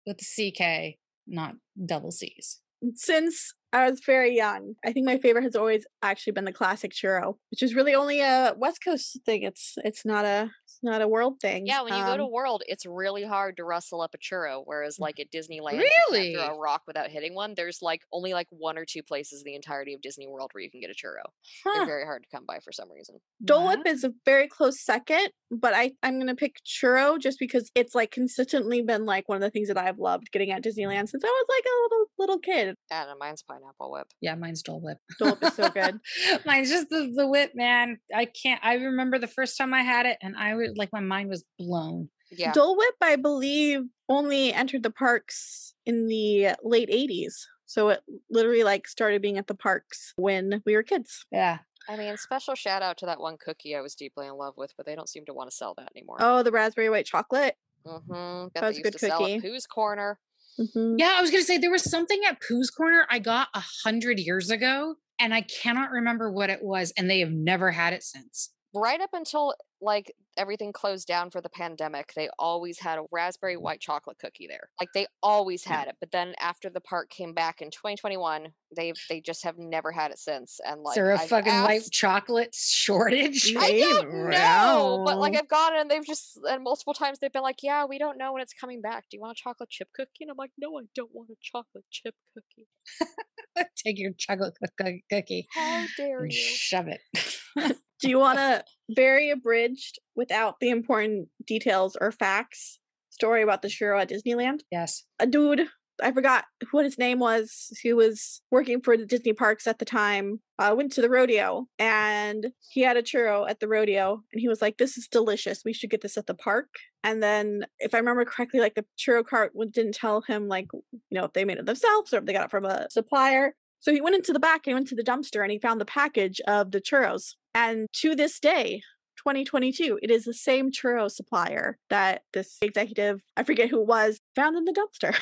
with the CK, not double C's.
since I was very young, I think my favorite has always actually been the classic churro, which is really only a West Coast thing. It's it's not a it's not a world thing.
Yeah, when you go to
Um,
World, it's really hard to rustle up a churro. Whereas, like at Disneyland, you can't
Really?
throw a rock without hitting one. There's like only like one or two places in the entirety of Disney World where you can get a churro. They're very hard to come by for some reason.
Dole Whip is a very close second, but I I'm gonna pick churro just because it's like consistently been like one of the things that I've loved getting at Disneyland since I was like a little little kid.
And mine's pineapple whip.
Yeah, mine's Dole Whip. [laughs]
Dole Whip is so good.
mine's just the, the whip, man. I can't, I remember the first time I had it and I was like, my mind was blown.
Yeah,
Dole Whip, I believe, only entered the parks in the late '80s, so it literally like started being at the parks when we were kids.
Yeah.
I mean, special shout out to that one cookie I was deeply in love with, but they don't seem to want to sell that anymore.
Oh, the raspberry white chocolate.
Mm-hmm.
That was a
used
good
to sell
cookie.
at Pooh's Corner.
Mhm.
Yeah, I was going to say there was something at Pooh's Corner I got a hundred years ago and I cannot remember what it was. And they have never had it since.
Right up until like everything closed down for the pandemic, they always had a raspberry white chocolate cookie there. Like they always
Yeah.
had it. But then after the park came back in 2021, they've they just have never had it since. And like
Is there a
I've
fucking white
asked-
chocolate shortage?
Yeah.
I
They
don't know, but like
know.
I've gone and they've just and multiple times they've been like, "Yeah, we don't know when it's coming back. Do you want a chocolate chip cookie?" And I'm like, "No, I don't want a chocolate chip cookie.
[laughs] Take your chocolate cookie- cookie.
How dare
and
you?"
shove it.
[laughs]
[laughs]
Do you want a very abridged, without the important details or facts, story about the churro at Disneyland?
yes.
A dude I forgot what his name was, who was working for the Disney parks at the time, uh, went to the rodeo and he had a churro at the rodeo and he was like, This is delicious. We should get this at the park. And then, if I remember correctly, like the churro cart w- didn't tell him, like, you know, if they made it themselves or if they got it from a supplier. So he went into the back and went to the dumpster and he found the package of the churros. And to this day, 2022, it is the same churro supplier that this executive, I forget who it was, found in the dumpster.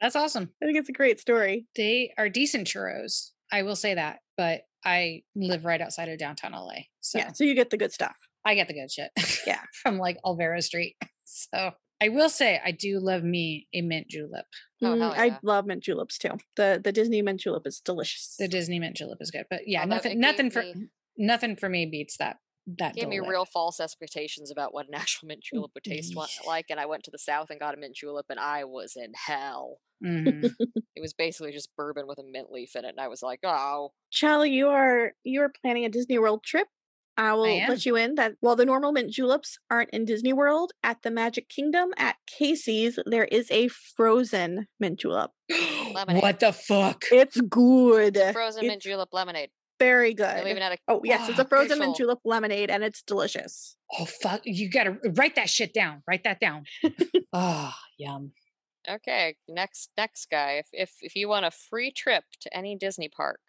That's awesome.
I think it's a great story.
They are decent churros. I will say that, but I live right outside of downtown LA. So
Yeah, so you get the good stuff.
I get the good shit.
Yeah.
[laughs] From like Alvaro Street. [laughs] So I will say I do love me a mint julep.
Oh, hell
Mm, I
yeah.
love mint juleps too. The the Disney mint julep is delicious.
The Disney mint julep is good. But yeah,
Although it
nothing nothing
gave
for
me-
nothing for me beats that that
gave me
Dole Whip.
real false expectations about what an [laughs] actual mint
Mm,
julep would taste wa- like, and I went to the south and got a mint julep, and I was in hell.
Mhm. [gasps]
It was basically just bourbon with a mint leaf in it, and I was like, oh,
Chell, you are you are planning a Disney World trip. I will
am.
let you in that while the normal mint juleps aren't in Disney World, at the Magic Kingdom at Casey's, there is a frozen mint julep.
[laughs] Lemonade.
what the fuck?
It's good.
frozen
it's
mint julep lemonade.
Very
They
good.
even had a
Oh yes, it's a
[gasps]
Ah,
frozen mint
facial.
julep lemonade and it's delicious.
Oh fuck. You gotta write that shit down. Write that
[laughs]
down. Ah, yum.
Okay, next next guy. If if if you want a free trip to any Disney park,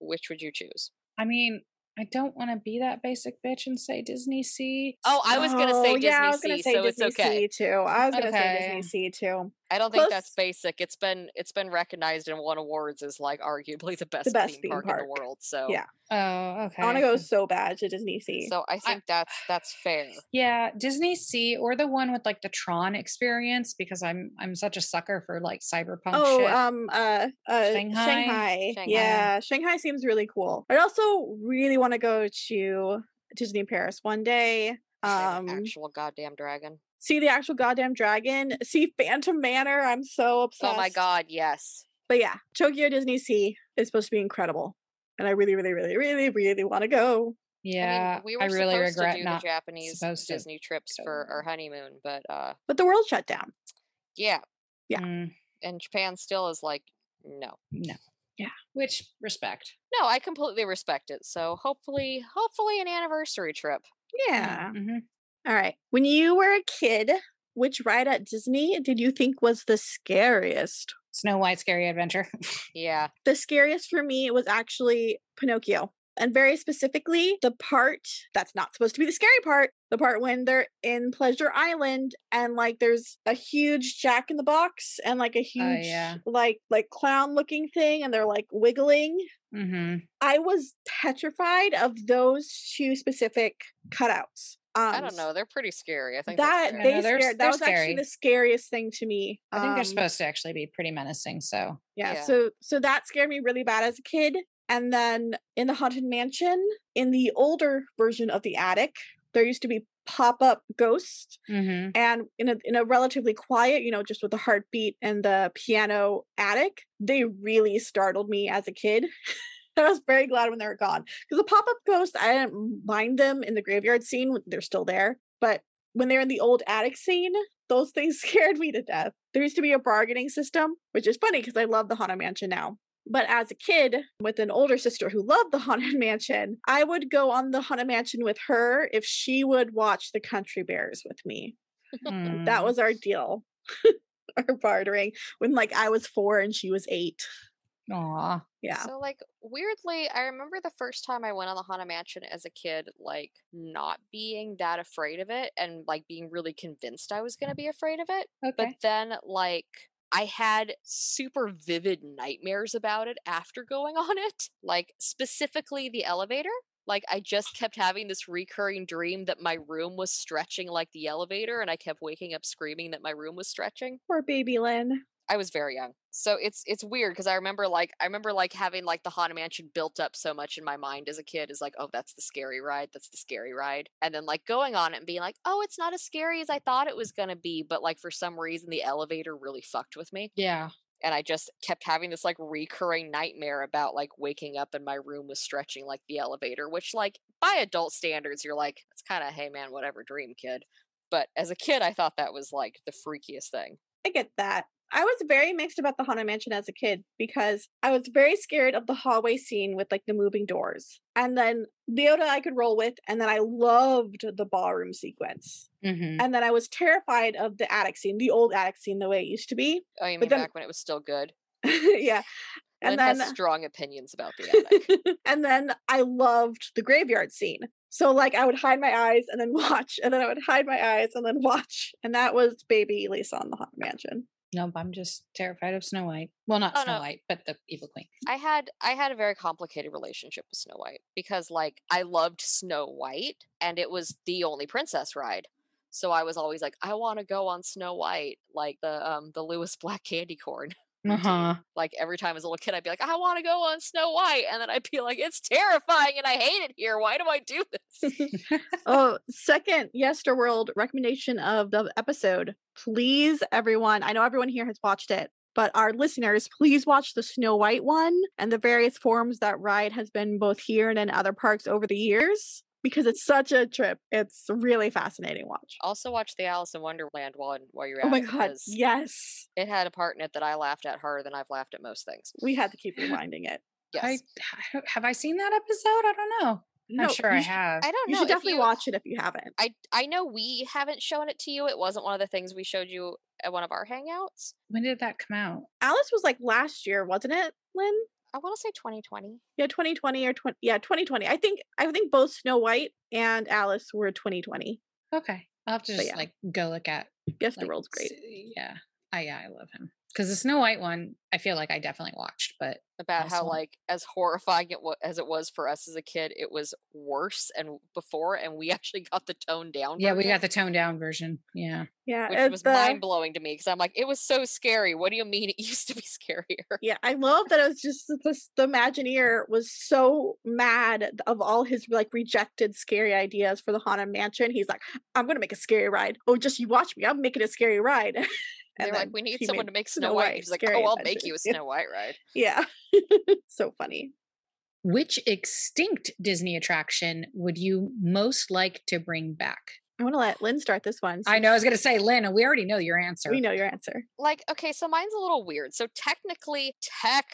which would you choose?
I mean, I don't want to be that basic bitch and say Disney Sea.
Oh, I was gonna say
Oh,
Disney
yeah, I was gonna
Sea,
say
so
Disney
it's okay.
Sea too. I was gonna say
Okay.
Disney Sea too.
I don't think that's
Close.
basic. It's been it's been recognized and won awards as like arguably the best,
best
theme,
theme
park, in the
park.
world. So
Yeah.
Oh, okay.
I want to go so bad to Disney Sea.
so I think that's that's fair.
Yeah, Disney Sea or the one with like the Tron experience because I'm I'm such a sucker for like cyberpunk
oh,
shit.
um, uh, uh,
Shanghai?
Shanghai.
Shanghai.
Yeah, Shanghai seems really cool. I also really want to go to Disney Paris one day.
They have
Um,
an actual goddamn dragon.
see the actual goddamn dragon. See Phantom Manor. I'm so obsessed.
Oh my god, yes.
But yeah, Tokyo Disney Sea is supposed to be incredible, and I really, really, really, really, really want to go.
yeah, I,
I mean, we were
really
supposed
regret
to do
not.
the Japanese
supposed to
Disney trips
go.
for our honeymoon, but uh
But the world shut down.
yeah,
yeah.
Mm,
and Japan still is like no.
no.
Yeah.
Which respect.
No, I completely respect it. So hopefully, hopefully an anniversary trip. Mm-hmm.
Yeah.
Mhm.
All right. When you were a kid, which ride at Disney did you think was the scariest?
Snow White Scary Adventure. [laughs]
Yeah.
the scariest for me was actually Pinocchio. And very specifically, the part that's not supposed to be the scary part, the part when they're in Pleasure Island and like there's a huge jack in the box and like a
Uh,
huge
yeah.
like like clown looking thing and they're like wiggling.
hmm
I was petrified of those two specific cutouts. Um,
I don't know. They're pretty scary. I think that's fair.
That
I
they
know, they're-
scared,
they're
that was
scary.
actually the scariest thing to me.
I think they're
Um,
supposed to actually be pretty menacing. So
yeah,
Yeah.
so so that scared me really bad as a kid and then in the haunted mansion in the older version of the attic there used to be pop-up ghosts
[laughs]
Mhm.
and in a in a relatively quiet you know just with the heartbeat and the piano attic they really startled me as a kid [laughs] I was very glad when they were gone because the pop-up ghosts I didn't mind them in the graveyard scene they're still there but when they're in the old attic scene those things [laughs] scared me to death. There used to be a bargaining system, which is funny because I love the Haunted Mansion now. But as a kid with an older sister who loved the [laughs] Haunted Mansion, I would go on the Haunted Mansion with her if she would watch the Country Bears with me.
Mm.
That was our deal. [laughs] our bartering when like I was four and she was eight.
Aw.
Yeah.
So like weirdly, I remember the first time I went on the Haunted Mansion as a kid, like not being that afraid of it and like being really convinced I was gonna be afraid of it. But
Okay.
then like I had super vivid nightmares about it after going [laughs] on it, like specifically the elevator. Like I just kept having this recurring dream that my room was stretching like the elevator and I kept waking up screaming that my room was stretching.
Poor baby Lynn.
I was very young. So it's it's weird because I remember like I remember like having like the Haunted Mansion built up so much in my mind as a kid is like, oh, that's the scary ride, that's the scary ride. And then like going on it and being like, oh, it's not as scary as I thought it was gonna be, but like for some reason the elevator really fucked with me.
Yeah.
And I just kept having this like recurring nightmare about like waking up and my room was stretching like the elevator, which like by adult standards, you're like, it's kinda, hey man, whatever, dream kid. But as a kid, I thought that was like the freakiest thing.
I get that. I was very mixed about the Haunted Mansion as a kid because I was very scared of the hallway scene with like the moving doors. And then Leota I could roll with, and then I loved the ballroom sequence.
Mhm.
And then I was terrified of the attic scene, the old attic scene, the way it used to be. [laughs]
Oh, you mean
But then-
back when it was still good?
yeah. And
Lynn
then
has strong opinions about the attic.
[laughs] and then I loved the graveyard scene. So like I would hide my eyes and then [laughs] watch, and then I would hide my eyes and then watch, and that was baby Elisa on the Haunted Mansion.
Nope, I'm just terrified of Snow White. Well, not
Oh,
Snow
no.
White, but the Evil Queen.
I had I had a very complicated relationship with Snow White because like I loved Snow White and it was the only princess ride. So I was always like, I want to go on Snow White, like the um the Lewis [laughs] Black candy corn.
Uh huh.
Like every time as a little kid, I'd be like, I want to go on Snow White, and then I'd be like, it's terrifying and I hate it here. Why do I do
[laughs]
this?
oh, second Yesterworld recommendation of the episode. Please, everyone, I know everyone here has watched it, but our listeners, please watch the Snow White one and the various forms that ride has been both here and in other parks over the years because it's such a trip. It's a really fascinating to watch.
also watch the Alice in Wonderland one while you're at
Oh my
it
god,
because
yes.
it had a part in it that I laughed at harder than I've laughed at most things.
We had to [laughs] keep reminding it.
Yes.
I, I- have I seen that episode? I don't know. I'm sure I
you should-
have.
I don't
You
know.
should
if
definitely
you-
watch it if you haven't.
I I know we haven't shown it to you. It wasn't one of the things we showed you at one of our hangouts.
when did that come out?
Alice was like last year, wasn't it, Lynn?
I want to say 2020.
Yeah, 2020 or 20 yeah, 2020. I think I think both Snow White and Alice were 2020.
Okay, I'll have to
But
just
yeah.
like go look at.
Guess
Like,
the world's great.
s- Yeah, I yeah I love him because the Snow White one I feel like I definitely watched, but
About how
Awesome.
like as horrifying it was as it was for us as a kid, it was worse and before, and we [laughs] actually got the tone down.
Oh, yeah, we
version,
got the toned down version. Yeah,
Yeah,
which
it's
was
uh, the-
mind blowing to me because I'm like, it was so scary. What do you mean it [laughs] used to be scarier?
yeah, I love that it was just that this, the Imagineer was so mad th- of all his like rejected scary ideas for the Haunted Mansion. He's like, I'm gonna make a scary ride. Oh, just you watch me. I'm making a scary ride. [laughs] and
They're like,
then
we need
he
someone
made
to make Snow,
Snow
White.
White,
He's like,
Scary
oh, I'll make
Adventures."
you a
Yeah.
Snow White ride.
Yeah, [laughs] so funny.
which extinct Disney attraction would you most like to bring back?
I want to let Lynn start this one.
I
since
know I was gonna say Lynn, and we already know your answer.
We know your answer.
like okay so mine's a little weird so technically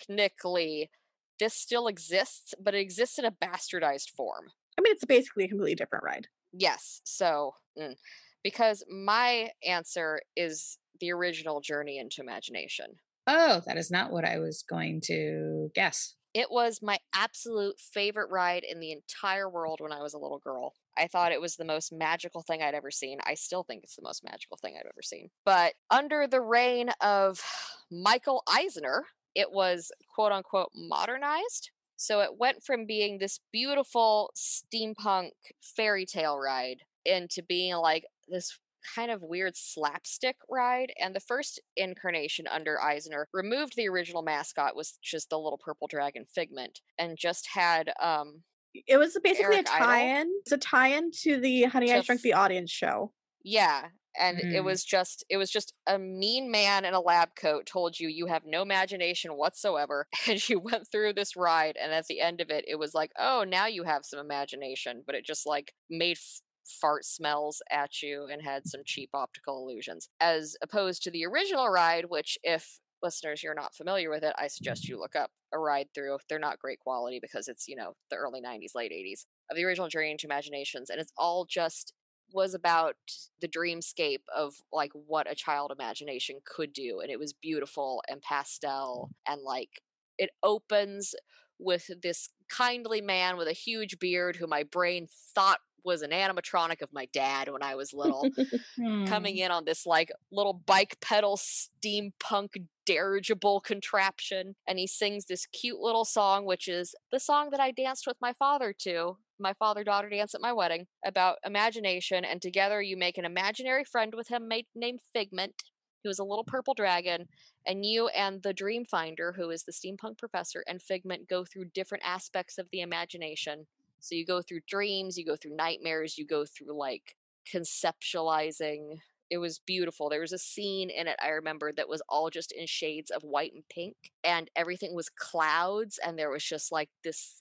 technically this still exists but it exists in a bastardized form
I mean, it's basically a completely different ride.
yes so mm, because my answer is the original journey into imagination
Oh, that is not what I was going to guess.
it was my absolute favorite ride in the entire world when i was a little girl i thought it was the most magical thing i'd ever seen i still think it's the most magical thing i've ever seen but under the reign of [sighs] michael eisner it was quote unquote modernized so it went from being this beautiful steampunk fairy tale ride into being like this kind of weird slapstick ride. And the first incarnation under Eisner removed the original mascot, was just the little purple dragon figment, and just had um
It was basically
Eric
a
Idle?
tie-in. It's a tie-in to the Honey I
To
Shrunk
f-
the Audience show.
yeah. And it
Mm.
was just it was just a mean man in a lab coat told you you have no imagination whatsoever. [laughs] And you went through this ride and at the end of it it was like, oh now you have some imagination, but it just like made f- fart smells at you and had some cheap optical illusions. As opposed to the original ride, which if listeners you're not familiar with it, I suggest you look up a ride through. They're not great quality because it's, you know, the early 90s, late 80s of the original Journey into Imaginations. And it's all just was about the dreamscape of like what a child imagination could do. And it was beautiful and pastel and like it opens with this kindly man with a huge beard who my brain thought was an animatronic of my dad when I was little
Hmm,
coming in on this like little bike pedal steampunk dirigible contraption and he sings this cute little song which is the song that I danced with my father to my father daughter dance at my wedding about imagination and together you make an imaginary friend with him made, named Figment who is a little purple dragon and you and the dreamfinder who is the steampunk professor and Figment go through different aspects of the imagination so you go through dreams you go through nightmares you go through like conceptualizing. It was beautiful. There was a scene in it I remember that was all just in shades of white and pink, and everything was clouds, and there was just like this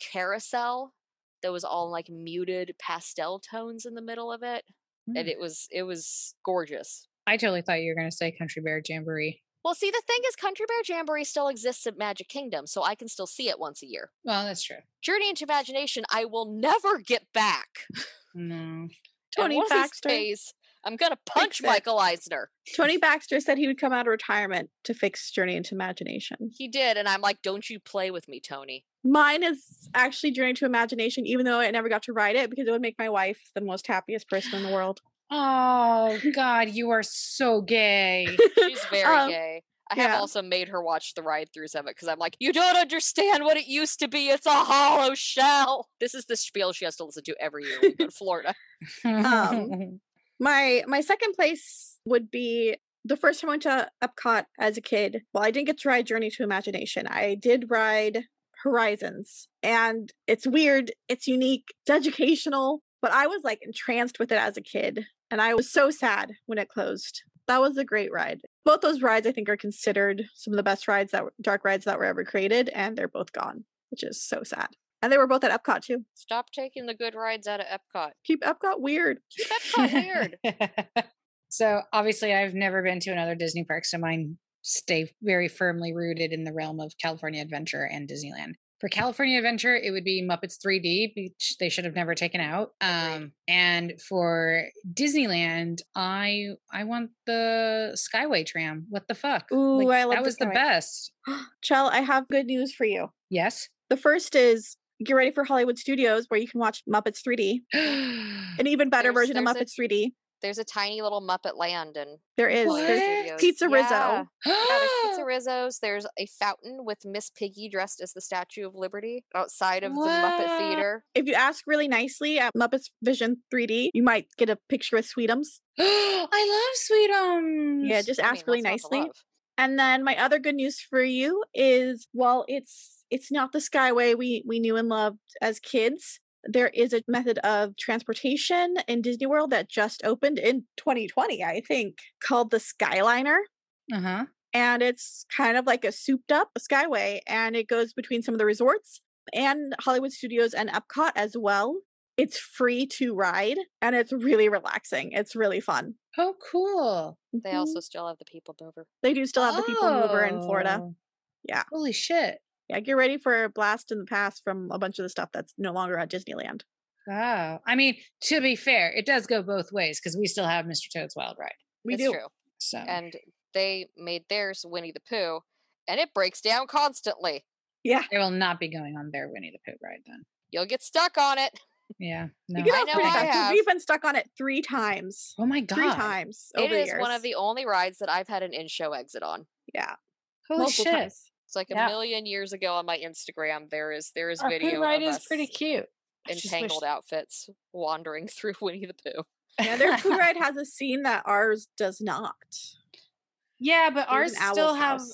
carousel that was all like muted pastel tones in the middle of it, and
Mm.
it was it was gorgeous.
I totally thought you were going to say Country Bear Jamboree.
Well, see, the thing is, Country Bear Jamboree still exists at Magic Kingdom, so I can still see it once a year.
Well, that's true.
Journey into Imagination, I will never get back.
No.
And
Tony
one of these
Baxter.
days, I'm gonna punch
it.
Michael Eisner.
Tony Baxter said he would come out of retirement to fix Journey into Imagination.
He did, and I'm like, don't you play with me, Tony?
Mine is actually Journey to Imagination, even though I never got to ride it because it would make my wife the most happiest person in the world. [laughs]
Oh God, you are so gay.
She's very
Um,
gay. I have
yeah.
also made her watch the ride throughs of it because I'm like, you don't understand what it used to be. It's a hollow shell. This is the spiel she has to listen to every year when we go to Florida.
[laughs]
Um, My my second place would be the first time I went to Epcot as a kid. Well, I didn't get to ride Journey to Imagination. I did ride Horizons, and it's weird, it's unique, it's educational, but I was like entranced with it as a kid, and I was so sad when it closed. That was a great ride. Both those rides, I think, are considered some of the best rides that were- dark rides that were ever created, and they're both gone, which is so sad. And they were both at Epcot too.
Stop taking the good rides out of Epcot.
Keep Epcot weird. [gasps]
Keep Epcot weird.
[laughs] so obviously, I've never been to another Disney park, so mine stay very firmly rooted in the realm of California Adventure and Disneyland. For California Adventure, it would be Muppets 3D, which they should have never taken out. Um, and for Disneyland, I I want the Skyway tram. What the fuck?
Ooh, I love
that
the
was the
Skyway.
best.
Chell, I have good news for you.
Yes. [gasps]
The first is get ready for Hollywood Studios where you can watch Muppets 3D, an even better
There's-
version of
there's
Muppets 3D.
There's a tiny little Muppet land and
There is. There's
What?
Pizza Rizzo.
Yeah, there's
[gasps]
Pizza Rizzo's. There's a fountain with Miss Piggy dressed as the Statue of Liberty outside of the Muppet
Wow.
Theater.
If you ask really nicely at Muppets Vision 3D, you might get a picture with Sweetums.
I love Sweetums.
Yeah, just
Mm, I mean,
ask really
what's not to
nicely.
love?
And then my other good news for you is while it's it's not the Skyway we we knew and loved as kids, there is a method of transportation in Disney World that just opened in 2020, I think, called the Skyliner.
Uh huh.
and it's kind of like a souped up skyway and it goes between some of the resorts and Hollywood Studios and Epcot as well. It's free to ride and it's really relaxing. It's really fun.
Oh, cool.
They
Mhm.
also still have the people mover.
they do still have the people mover in Florida.
Oh.
Yeah.
Holy shit.
Yeah, get ready for a blast in the past from a bunch of the stuff that's no longer at Disneyland.
Wow. I mean, to be fair, it does go both ways because we still have Mr. Toad's Wild Ride.
We
it's
do.
true.
So
And they made theirs Winnie the Pooh, and it breaks down constantly.
Yeah.
they will not be going on their Winnie the Pooh ride then.
You'll get stuck on it.
Yeah. No.
You get
I
off
know
pretty
I
fast. 'cause
have.
We've been stuck on it 3 times.
oh my
3
God.
times over
it
the
is one
years.
of the only rides that I've had an in-show exit on. [laughs]
Yeah.
Holy
multiple
shit.
times.
It's like a
Yeah.
million years ago on my Instagram. There is there is
Our Pooh
video
ride
of
is
us
pretty cute. I just wish-
entangled outfits wandering [laughs] through Winnie the Pooh.
[laughs]
Yeah, [laughs] their poo ride has a scene that ours does not.
yeah, but ours
There's an owl's
still have.
house.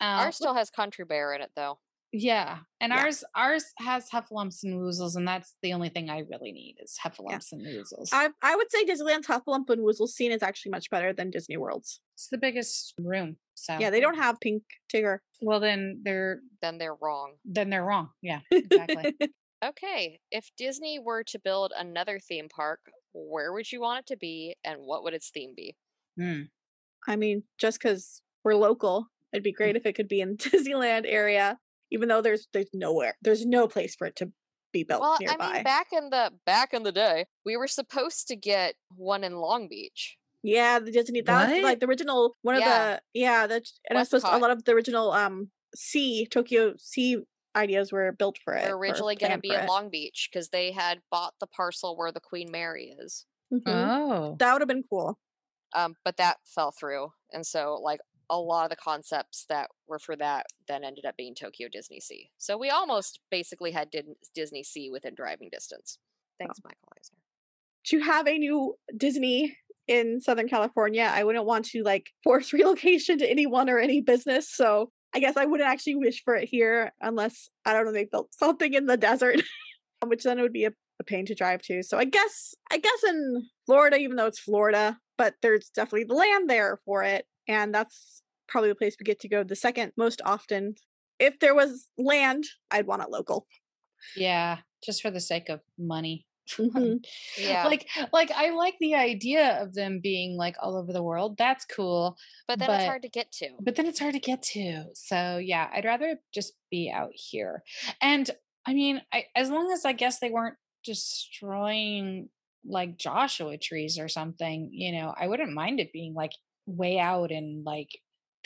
Uh,
Ours still has Country Bear in it though.
yeah, and
Yeah.
ours ours has heffalumps and woozles, and that's the only thing I really need is heffalumps and woozles.
I, I would say Disneyland's Hufflepuff and Woozle scene is actually much better than Disney World's.
It's the biggest room. So
Yeah, they don't have Pink Tigger.
Well, then they're
Then they're wrong.
then they're wrong. Yeah,
[laughs]
exactly.
Okay, if Disney were to build another theme park, where would you want it to be, and what would its theme be?
Mm.
I mean, just because we're local, it'd be
Mm-hmm.
great if it could be in [laughs] Disneyland area, even though there's there's nowhere, there's no place for it to be
Oh,
built
well,
nearby.
I mean, back in the back in the day, we were supposed to get one in Long Beach.
yeah, the Disney that was
What?
like the original one
Yeah.
of the yeah the and it's supposed to- a
Westcott.
lot of the original um sea Tokyo sea ideas were built for it.
They're
or
originally going to
planned
be
for
in
it.
Long Beach because they had bought the parcel where the Queen Mary is,
Mhm.
Oh,
That would have been cool.
um, but that fell through, and so like a lot of the concepts that were for that then ended up being Tokyo Disney Sea. So we almost basically had Din- Disney Sea within driving distance. Thanks, Michael Eisner.
to have a new Disney in Southern California, I wouldn't want to like [laughs] force relocation to anyone or any business. So I guess I wouldn't actually wish for it here unless I don't know they built something in the desert, [laughs] which then it would be a, a pain to drive to. So I guess I guess in Florida, even though it's Florida, but there's definitely the land there for it, and that's probably the place we get to go the second most often. If there was land, I'd want it local. [laughs]
yeah. Just for the sake of money. [laughs]
Mhm.
Yeah.
Like, like I like the idea of them being like all over the world. That's cool.
but then it's
but-
hard to get to.
But then it's hard to get to. So yeah, I'd rather it just be out here. And I mean, I, as long as I guess they weren't destroying like Joshua trees or something, you know, I wouldn't mind it being like way out in like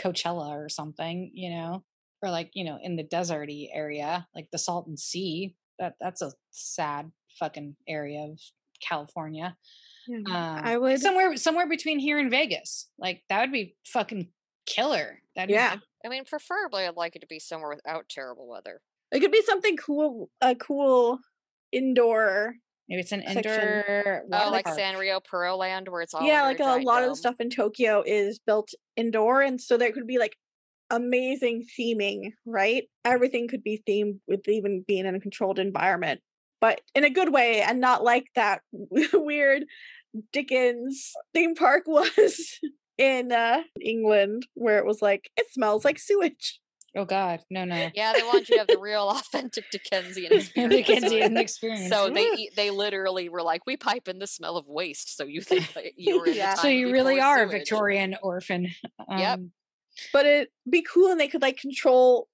Coachella or something, you know, or like, you know, in the deserty area, like the Salton Sea. That that's a sad fucking area of California. Um,
I would-
somewhere somewhere between here and Vegas. Like that would be fucking killer. That'd
yeah.
Be,
I mean, preferably I'd like it to be somewhere without terrible weather.
It could be something cool, a cool indoor.
maybe it's an
Section.
indoor.
Oh,
water
like
park.
Sanrio Pearl Land where it's all
yeah,
under
like a
giant
lot of
dome.
the stuff in Tokyo is built indoor, and so there could be like amazing theming, right? Everything could be themed with even being in a controlled environment, but in a good way, and not like that [laughs] weird Dickens theme park [laughs] was in uh, England, where it was like it smells like sewage.
Oh God, no,
[laughs]
no.
Yeah, they want you to have the real [laughs] authentic
[laughs]
Dickensian experience. with
Dickensian
it.
experience.
So
[laughs]
they
Ooh.
e- they literally were like, we pipe in the smell of waste, so you think that you were in the
Yeah.
So
time
you really
before
are a
sewage."
Victorian orphan.
Yep.
Um,
but it'd be cool and they could like control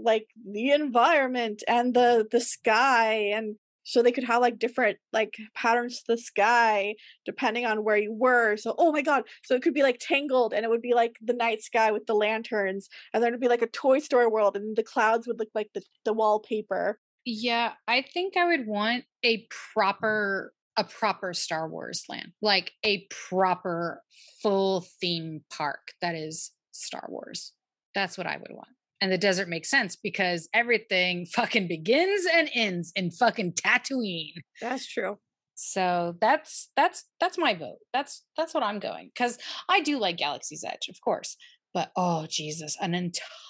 like the environment and the the sky and so they could have like different like patterns to the sky depending on where you were so oh my god so it could be like tangled and it would be like the night sky with the lanterns and then it'd be like a toy story world and the clouds would look like the, the wallpaper
Yeah, I think I would want a proper a proper Star Wars land, like a proper full theme park that is Star Wars. That's what I would want. And the desert makes sense because everything [laughs] fucking begins and ends in fucking Tatooine.
that's true
So that's that's that's my vote. That's that's what I'm going because I do like Galaxy's Edge, of course. But oh Jesus, an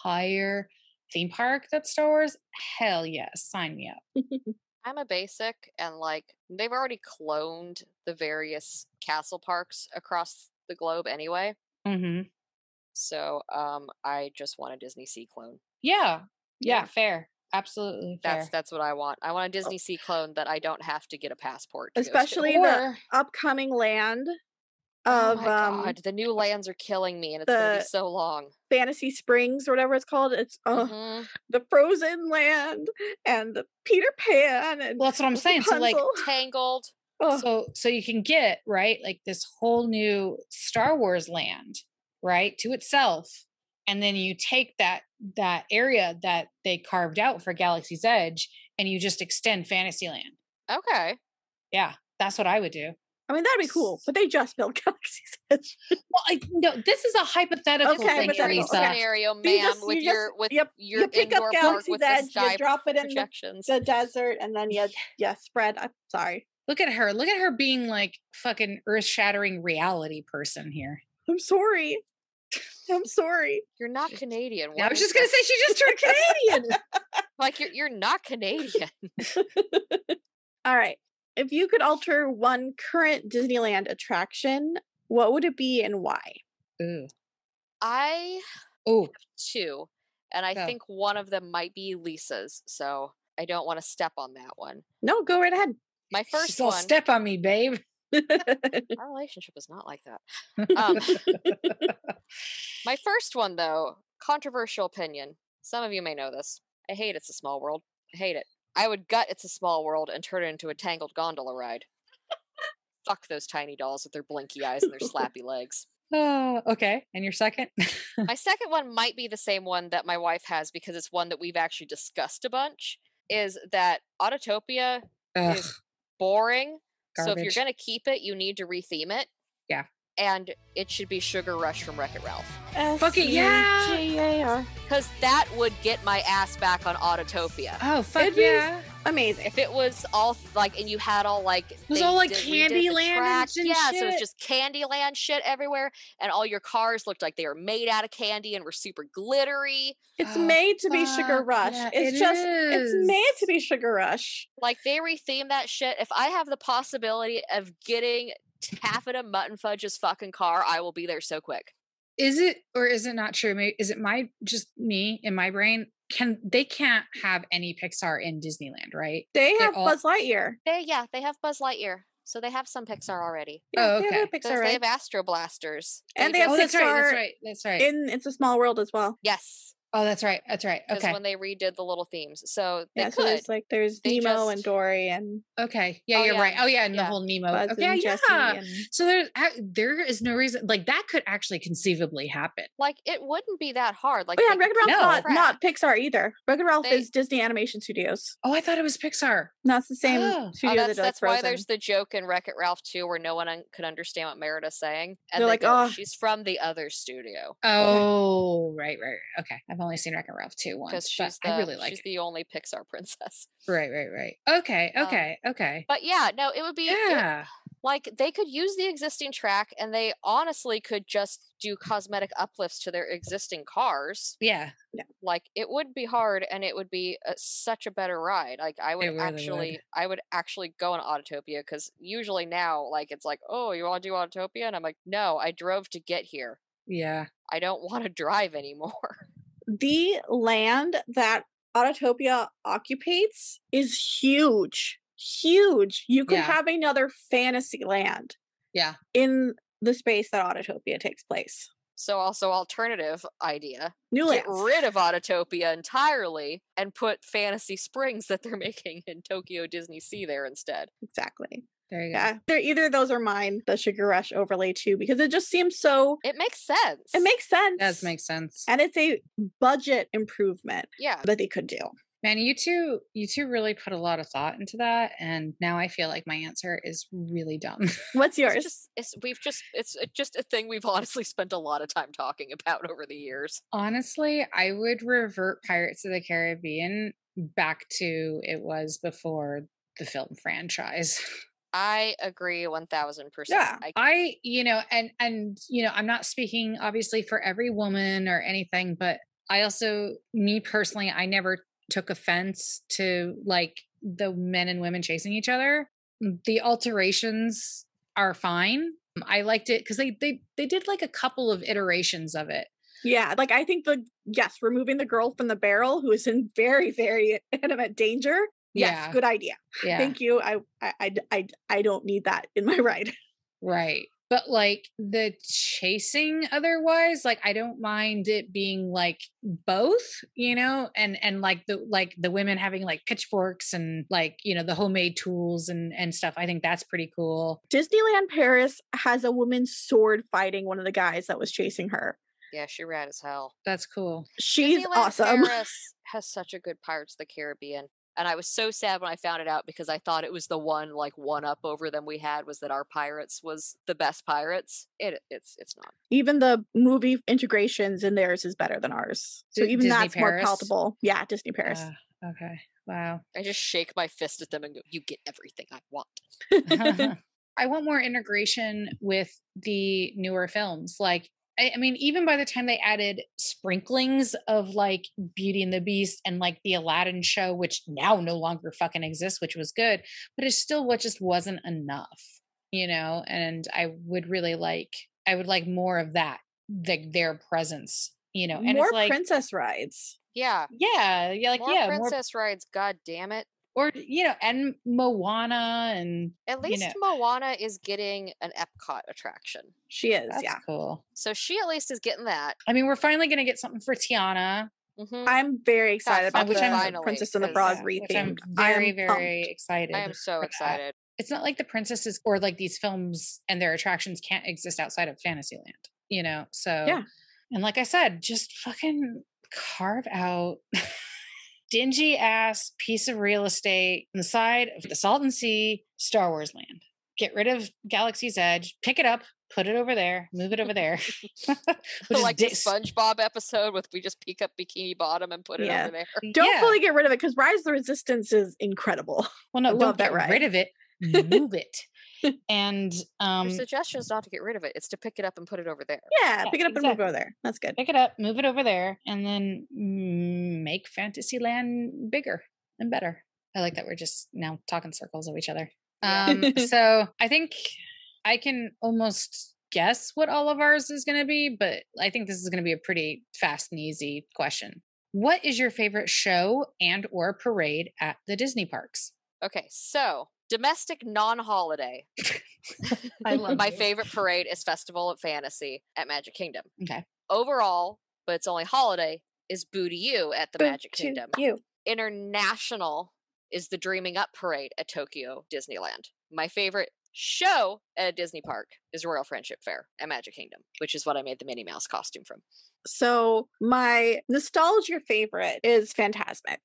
entire theme park that's Star Wars? Hell yes, sign me up.
I'm a basic, and like they've already cloned the various castle parks across the globe anyway.
Mm-hmm.
So um, I just want a Disney Sea clone.
Yeah,
Yeah.
yeah, fair, absolutely fair.
That's that's what I want. I want a Disney Sea clone that I don't have to get a passport. to go to.
Oh. especially the [laughs] upcoming land
Oh
of
my
um
God, the new lands are killing me, and it's gonna
the-
be so long.
fantasy springs or whatever it's called it's uh,
Mhm.
the frozen land and the peter pan and
well, that's what
[laughs]
I'm saying. So like,
Rapunzel.
Tangled. [laughs]
Oh,
so so you can get right like this whole new Star Wars land, right, to itself, and then you take that that area that they carved out for Galaxy's Edge, and you just extend Fantasyland.
Okay.
[laughs]
Yeah, that's what I would do.
I mean that'd be cool, but they just [laughs] built Galaxy's Edge.
Well, I no, this is a hypothetical
Okay,
thing,
hypothetical,
Teresa.
okay.
scenario, ma'am,
You just-
with
you just-
your with
yep,
your
you pick up
indoor park
Galaxy's
with the
Edge,
sky
you drop it in the,
projections.
[laughs] the desert, and then you yeah spread. I'm sorry,
Look at her. Look at her being like fucking earth-shattering reality person here.
I'm sorry, [laughs] I'm sorry.
You're not Canadian.
Yeah, I
what
was
is
just gonna say
this?
she just turned
[laughs]
Canadian.
like you're you're
[laughs]
not Canadian.
All right, if you could alter one current Disneyland attraction, what would it be and why?
Ooh.
I
Ooh.
too, and I
Go.
think one of them might be Lisa's. So I don't want to step on that one.
No, go right ahead. [laughs]
My
First
first one.
step on me, babe. [laughs]
our relationship is not like that. Um, my first one though, controversial opinion. Some of you may know this. I hate it's a small world. I hate it. I would gut it's a small world and turn it into a tangled gondola ride. Fuck those tiny dolls with their blinky eyes and their slappy legs.
Oh, okay. And your second? [laughs]
My second one might be the same one that my wife has because it's one that we've actually discussed a bunch. Is that Autotopia
Ugh,
is boring? So if
garbage.
you're gonna keep it, you need to retheme it.
Yeah.
And it should be Sugar Rush from Wreck It Ralph.
Fuck it, yeah.
S-U-G-A-R.
Because that would get my ass back on Autotopia.
Oh fuck
It'd be-
yeah!
Amazing.
If it was all th- like, and you had all like,
was
they
all, like,
did- redid the
Candyland and
track,
shit.
yeah. So it was just Candyland shit everywhere, and all your cars looked like they were made out of candy and were super glittery.
It's
Oh,
made to be Sugar
fuck
Rush.
yeah,
it's
it
just it's made to
is.
be Sugar Rush.
Like they retheme that shit. If I have the possibility of getting taffeta mutton fudge's fucking car, I will be there so quick.
Is it or is it not true? May- Is it my just me in my brain? can they can't have any Pixar in Disneyland, right?
They
They're
have
all-
Buzz Lightyear.
They yeah, they have Buzz Lightyear, so they have some Pixar already.
Oh,
They have
okay.
a
Because
Pixar,
they
right?
have Astro Blasters.
And they
do-
have
oh, that's right. That's
Pixar
right. That's right.
in It's a Small World as well.
yes,
oh, that's right. That's right.
because
Okay.
when they redid the little themes, so they
yeah,
could.
so there's like there's
They
Nemo
just-
and Dory and
okay. Yeah,
Oh,
you're
yeah,
right. Oh, yeah, and
yeah.
the whole Nemo.
Buzz
okay,
and
yeah.
Jesse and
So there's ac- there is no reason like that could actually conceivably happen.
like it wouldn't be that hard. Like
Oh yeah,
they
and
could
Wreck-It Ralph's
keep
No.
not,
track.
not Pixar either. Wreck-It Ralph
They-
is Disney Animation Studios.
Oh, I thought it was Pixar.
That's the same
Oh. Oh,
Oh,
studio
that's
that does
that's why
Frozen.
there's the joke in Wreck It Ralph 2 where no one un- could understand what Merida's saying. And
They're
they
like,
go,
"Oh."
she's from the other studio.
Oh, right, right, right. Okay. I've only seen Wreck and Ralph 2
Because
once, but
she's, the,
I really like
she's
it.
the only Pixar [laughs] princess.
Right, right, right. Okay,
Um,
okay,
[laughs]
okay.
But yeah, no, it would be it-
Yeah.
like they could use the existing track and they honestly could just do cosmetic uplifts to their existing cars.
Yeah.
Like it would be hard and it would be a, such a better ride. Like I would
really would.
actually I would actually go on Autotopia cuz usually now like it's like, "Oh, you want to do Autotopia?" and I'm like, "No, I drove to get here."
Yeah.
I don't want to [laughs] drive anymore.
the land that Autotopia occupates is huge. Huge. You could
Yeah.
have another fantasy land
Yeah.
in the space that Autotopia takes place.
So also alternative idea.
New
Get
lands.
rid of Autotopia entirely and put Fantasy Springs that they're [laughs] making in Tokyo Disney Sea there instead.
exactly.
There you go.
Yeah. They're either of those are mine, the Sugar Rush overlay too, because it just seems so
It makes sense.
it makes sense.
Does make sense.
and it's a budget improvement
Yeah.
that they could do.
Man, you two, you two really put a lot of thought into that, and now I feel like my answer is really dumb. [laughs]
What's
It's
yours?
just it's we've just it's uh, just a thing we've [laughs] honestly spent a lot of time talking about over the years.
Honestly, I would revert Pirates of the Caribbean back to it was before the film franchise. [laughs]
I agree one thousand
Yeah.
percent.
I, you know, and and you know, I'm not speaking obviously for every woman or anything, but I also me personally, I never took offense to like the men and women chasing each other. Mm, The alterations are fine. I liked it cuz they they they did like a couple of iterations of it.
Yeah, like I think the yes, removing the girl from the barrel who is in very, very [laughs] intimate danger. Yes,
Yeah.
good idea.
Yeah.
Thank you. I, I, I, d- I d- I don't need that in my [laughs] ride.
Right. But like the chasing otherwise, like I don't mind it being like both, you know, and and like the like the women having like pitchforks and like, you know, the homemade tools and and stuff. I think that's pretty cool.
Disneyland Paris has a woman sword fighting one of the guys that was chasing her.
yeah, she ran as hell.
That's cool.
She's
Disneyland [laughs]
awesome.
Paris has such a good Pirates of the Caribbean. And I was so sad when I found it out because I thought it was the one like one up over them we had was that our pirates was the best pirates. It it's it's not.
Even the movie integrations in theirs is better than ours. So
Di-
even
Disney
that's more
Paris?
palatable. Yeah, Disney Paris.
Uh, okay. Wow.
I just shake my fist at them and go, "You get everything I want."
[laughs] I want more integration with the newer films. Like, I, I mean, even by the time they added sprinklings of like Beauty and the Beast and like the Aladdin show, which now no longer fucking exists, which was good, but it's still what just wasn't enough, you know? And I would really like, I would like more of that, like their presence, you know? And
more
it's like,
princess rides.
Yeah,
yeah, yeah, like,
more
yeah, more,
princess rides. God damn it!
or, you know, and Moana and
At
You
least
know-
Moana is getting an Epcot attraction,
She is.
that's
yeah.
cool.
so she at least is getting that.
I mean, we're finally going to get something for Tiana.
Mhm.
I'm very excited about
fucking
the
finally,
Princess and the
'cause-
Frog
Yeah,
re
which I'm
themed. I am
very, very
pumped.
excited.
I am so
for that.
excited.
It's not like the princesses or like these films and their attractions can't exist outside of Fantasyland, you know? So, And like I said, just fucking carve out [laughs] dingy ass piece of real estate on the side of the Salton Sea, Star Wars land. Get rid of Galaxy's Edge, pick it up, put it over there, move it over there. [laughs] Which is
like
di-
the SpongeBob episode with we just peek up Bikini Bottom and put it
Yeah.
over there.
Don't
Yeah.
fully get rid of it because Rise of the Resistance is incredible. [laughs]
Well, no,
I love
don't
that
get
ride.
rid of it. Move it. And um,
Your suggestion is not to get rid of it; it's to pick it up and put it over there.
Yeah,
Yeah,
pick it up and move over there. That's good.
pick it up, move it over there, and then mm, make Fantasyland bigger and better. I like that we're just now talking circles of each other.
Yeah.
Um, so I think I can almost guess what all of ours is going to be, but I think this is going to be a pretty fast and easy question. What is your favorite show and or parade at the Disney parks?
Okay, so domestic non-holiday.
I love
My
you.
favorite parade is Festival of Fantasy at Magic Kingdom.
[laughs] Okay.
Overall, but it's only holiday is Boo to You at the
Boo
Magic
to
Kingdom.
You.
International is the Dreaming Up Parade at Tokyo Disneyland. My favorite show at a Disney park is Royal Friendship Fair at Magic Kingdom, which is what I made the Minnie Mouse costume from.
So my nostalgia favorite is Fantasmic.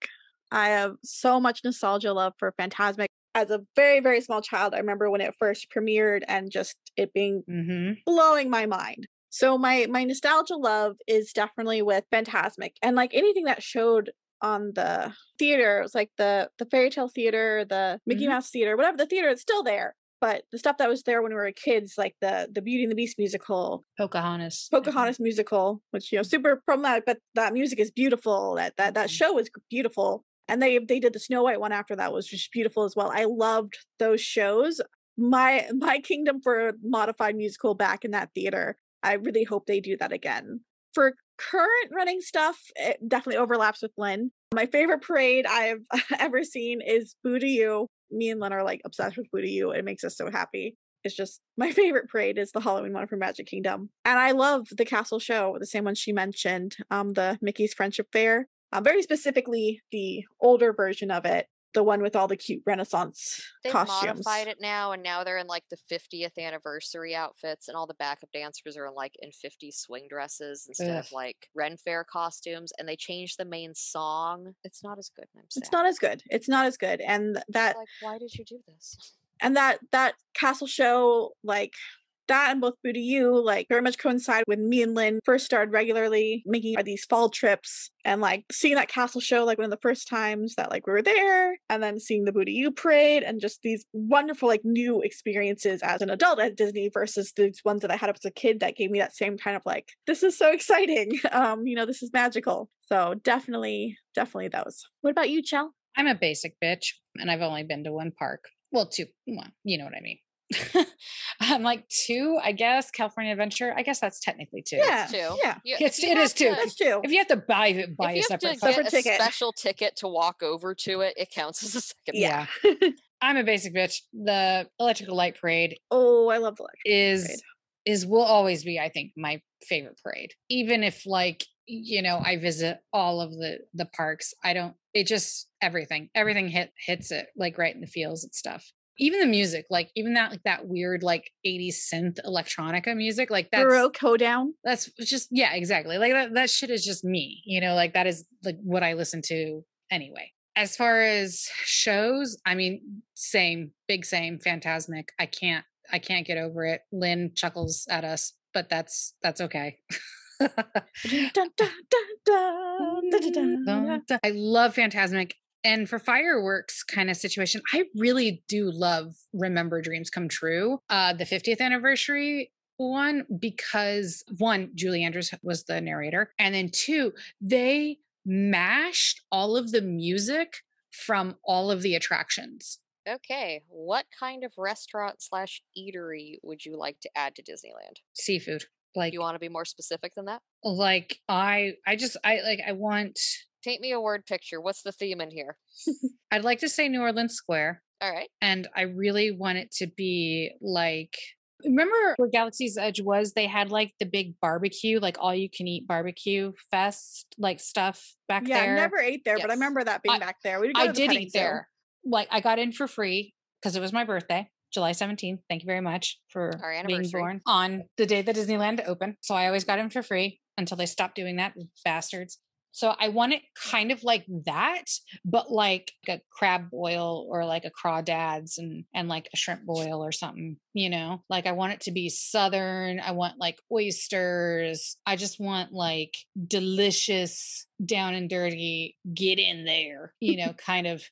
I have so much nostalgia love for Fantasmic. As a very, very small child, I remember when it first premiered and just it being
Mm-hmm.
blowing my mind. So my my nostalgia love is definitely with Fantasmic and like anything that showed on the theater. It was like the the fairy tale theater, the Mickey
Mhm.
Mouse theater, whatever the theater. It's still there, but the stuff that was there when we were kids, like the the Beauty and the Beast musical,
Pocahontas. I think.
Pocahontas musical, which you know super problematic, but that music is beautiful. That that that
Mhm.
show is beautiful, and they they did the Snow White one after that was just beautiful as well. I loved those shows. My [laughs] my kingdom for a modified musical back in that theater. I really hope they do that again. For current running stuff, it definitely overlaps with Lynn. My favorite parade I've [laughs] ever seen is Boo to You. Me and Lynn are like obsessed with Boo to You. It makes us so happy. It's just my [laughs] favorite parade is the Halloween one from Magic Kingdom. And I love the castle show, the same one she mentioned, um, the Mickey's Friendship Fair. Um, very specifically the older version of it, the one with all the cute Renaissance
They've
costumes.
modified it now, and now they're in like the 50th anniversary outfits, and all the backup dancers are in like in 50 swing dresses instead
Ugh.
of like Ren Fair costumes, and they changed the main song. It's not as good. and I'm sad.
It's not as good. It's not as good. And that
It's like, why did you do this?
and that that castle show like that and both Booty You like very much coincide when me and Lynn first started regularly making these fall trips and like seeing that castle show like one of the first times that like we were there and then seeing the Booty You parade and just these wonderful like new experiences as an adult at Disney versus the ones that I had as a kid that gave me that same kind of like this is so exciting [laughs] um you know this is magical so definitely definitely those what about you Chell
I'm a basic bitch and I've only been to one park. Well, two. Well, you know what I mean. [laughs] I'm like two, I guess. California Adventure. I guess that's technically two.
Yeah,
Too.
yeah.
You,
It's-
you
it
have
is too.
to-
that's true
If you have to buy buy
if you
a
have to
separate
get
park,
Separate
a
ticket.
special ticket to walk over to it, it counts [laughs] as a second.
yeah.
yeah. I'm a basic bitch. The Electrical Light Parade
oh I love the
is
parade.
is will always be i think my favorite parade even if like you know i visit all of the the parks i don't it just everything everything hit hits it like right in the feels and stuff even the music like even that like that weird like 80s synth electronica music like that's
Baroque hoedown.
that's just yeah exactly like that, that shit is just me you know like that is like what i listen to anyway as far as shows i mean same big same phantasmic i can't i can't get over it lynn chuckles at us but that's that's okay [laughs]
Dun, dun, dun, dun, dun, dun, dun,
Mm,
dun.
Dun, dun. I love Fantasmic. And for fireworks kind of situation, I really do love Remember Dreams Come True, uh, the 50th anniversary one, because one, Julie Andrews was the narrator. And then two, they mashed all of the music from all of the attractions.
Okay. What kind of restaurant slash eatery would you like to add to Disneyland?
Seafood. Like
you want to be more specific than that?
like I I just I like I want
Paint me a word picture. What's the theme in here?
I'd like to say New Orleans Square.
All right.
and I really want it to be like remember where Galaxy's Edge was they had like the big barbecue like all you can eat barbecue fest like stuff back
Yeah,
there
I never ate there, but I
Yes.
remember that being
I-
back there. We go
I
to the
did
petting
eat
zoo.
there like I got in for free because it was my birthday July 17th thank you very much for
Our
being
anniversary.
born on the day that Disneyland opened so I always got in for free until they stopped doing that bastards so I want it kind of like that, but like a crab boil or like a crawdads and and like a shrimp boil or something, you know? Like I want it to be southern. I want like oysters. I just want like delicious down and dirty get in there, you
[laughs]
know, kind of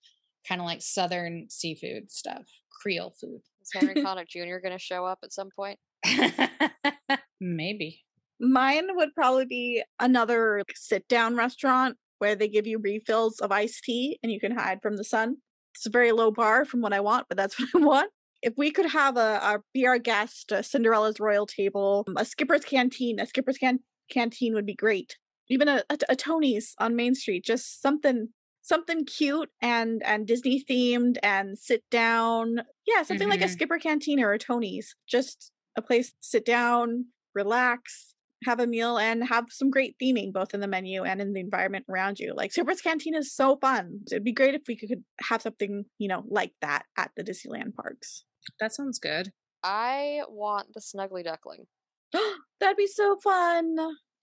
kind of like southern seafood stuff, Creole [laughs] food.
Is
[laughs]
Henry Connick Jr. going to show up at some point?
Maybe.
Mine would probably be another like, sit-down restaurant where they give you refills of iced tea and you can hide from the sun. It's a very low bar from what I want, but that's [laughs] what I want. If we could have a, a be our guest, a Cinderella's royal table, a skipper's canteen, a skipper's can- canteen would be great. even a, a, a Tony's on Main Street, just something something cute and and Disney themed and sit down. Yeah, something like a
Mhm.
Skipper Cantina or a Tony's, just a place to sit down, relax, have a meal, and have some great theming both in the menu and in the environment around you. Like Skipper's Cantina is so fun. It'd be great if we could have something you know like that at the Disneyland parks.
That sounds good.
I want the snuggly duckling.
That'd be so fun.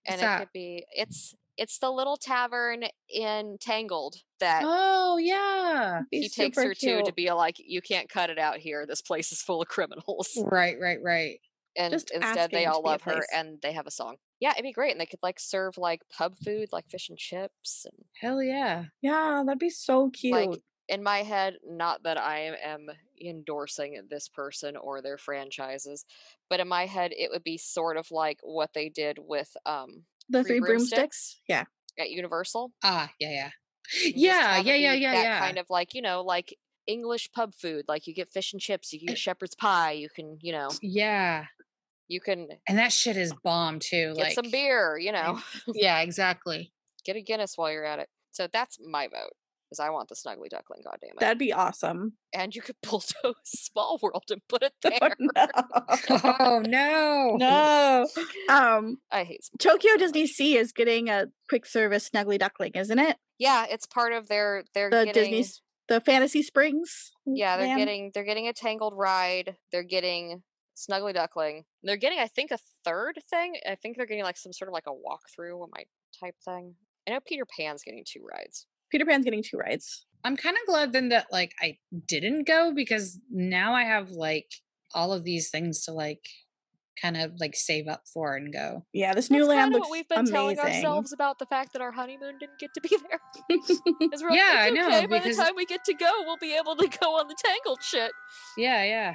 And
that?
it could be it's it's the little tavern in Tangled that
Oh yeah.
Be
he takes
super
her to to
cute.
be like, you can't cut it out here. This place is full of criminals.
Right, right, right.
And
Just
instead
asking
they
to
all
be a
love her
place.
and they have a song. Yeah, it'd be great. And they could like serve like pub food, like fish and chips and
Hell yeah.
Yeah, that'd be so cute.
like in my head not that i am endorsing this person or their franchises but in my head it would be sort of like what they did with um
the
Three
three
[laughs]
broomsticks. Yeah.
at universal
Ah, yeah, [gasps] yeah.
and just
Yeah,
have it
yeah, yeah,
be
yeah,
that
yeah.
kind of like you know like english pub food like you get fish and chips you can get
Eh
shepherd's pie you can you know
Yeah.
you can
And that shit is bomb too.
get
like [laughs]
some beer you know
Yeah, [laughs] exactly.
get a guinness while you're at it so that's my vote because i want the snuggly duckling god damn it
That'd be awesome. [laughs]
and you could [laughs] bulldoze small world and put it
Oh,
there
Oh no.
[laughs]
no. no. Um
i hate Small World
Tokyo
so
Disney
much.
Sea is getting a quick service snuggly duckling, isn't it?
Yeah, it's part of their they're
The
getting
Disney s- the Fantasy Springs.
yeah, they're
land?
getting they're getting a tangled ride, they're getting Snuggly Duckling. They're getting I think a third thing. I think they're getting like some sort of like a walkthrough on my type thing. I know Peter Pan's getting two rides.
Peter Pan's getting two rides.
I'm kind of glad then that like I didn't go because now I have like all of these things to like kind of like save up for and go.
Yeah, this new
That's
land
kinda
looks
what we've been
amazing.
telling ourselves about the fact that our honeymoon didn't get to be [laughs]
[laughs]
there. 'Cause we're like,
Yeah, I
"It's
know,
okay, by
because-
the time we get to go, we'll be able to go on the tangled shit.
Yeah, yeah.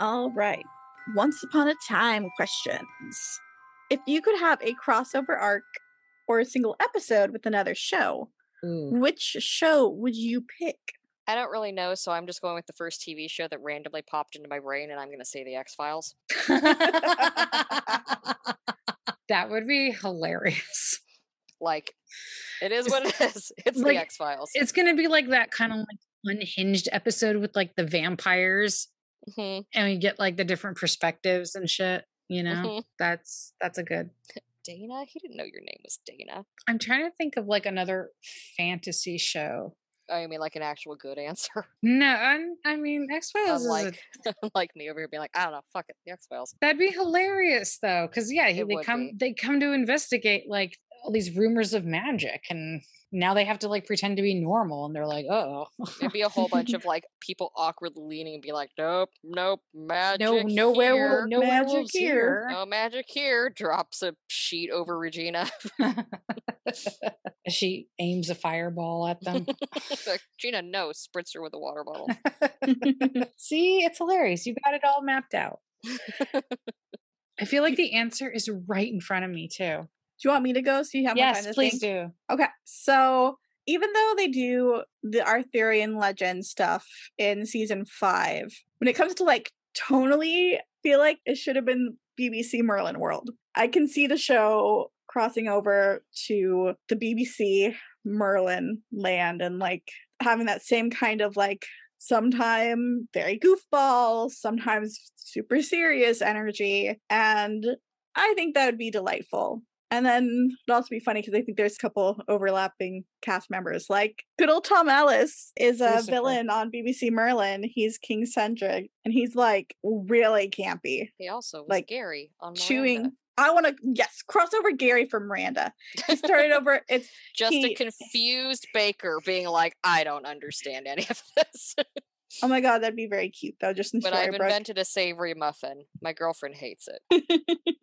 All right. Once upon a time questions. If you could have a crossover arc or a single episode with another show,
Ooh.
which show would you pick? [laughs]
I don't really know, so I'm just going with the first TV show that randomly popped into my brain and I'm gonna say the X Files.
[laughs] that would be hilarious.
Like, it is
Just-
what it [laughs] is. It's
like,
the X Files.
It's gonna be like that kind of like unhinged episode with like the vampires
Mm-hmm,
and we get like the different perspectives and shit, you know? That's that's a good
mm-hmm. Dana? He didn't know your name was Dana.
I'm trying to think of like another fantasy show.
I mean, like an actual good answer. [laughs]
No, I'm, I mean X Files is a
Unlike, unlike me over here being like, I don't know, fuck it, the X Files.
That'd be hilarious though, because yeah, he,
It
they
would
come
be.
they come to investigate like all these rumors of magic, and now they have to like pretend to be normal, and they're like, oh,
It'd be a whole bunch of like people awkwardly leaning and be like, nope, nope, magic.
[laughs] no, no
here.
werewolf, no
magic
werewolves
here."
[laughs] here.
No magic here. Drops a sheet over Regina.
she aims a fireball at
[laughs]
them. [laughs]
Mm.
like, Gina, no, spritz her with a water
[laughs]
bottle.
[laughs] See, it's hilarious. You got it all mapped out. I feel like the answer is right in front of me too.
Do you want me to go so you have more time
yes,
to
please
think?
do.
Okay, so even though they do the Arthurian legend stuff in season five, when it comes to like tonally, I feel like it should have been BBC Merlin World. I can see the show crossing over to the BBC Merlin land and like having that same kind of like sometime very goofball, sometimes super serious energy. And I think that would be delightful. And then it'd also be funny because I think there's a couple overlapping cast members. Like good old Tom Ellis is a
Lucifer.
villain on BBC Merlin. He's King Cendric, and he's like really campy,
He also was
Like,
Gary on Miranda.
chewing I want to yes, cross over Gary for Miranda. He started over. It's
Just a
He-
confused baker being like, I don't understand any of [laughs]
[laughs]
this.
oh my god, that'd be very cute though. Just in
but I've
Storybrooke,
invented a savory muffin. My girlfriend hates
[laughs]
it.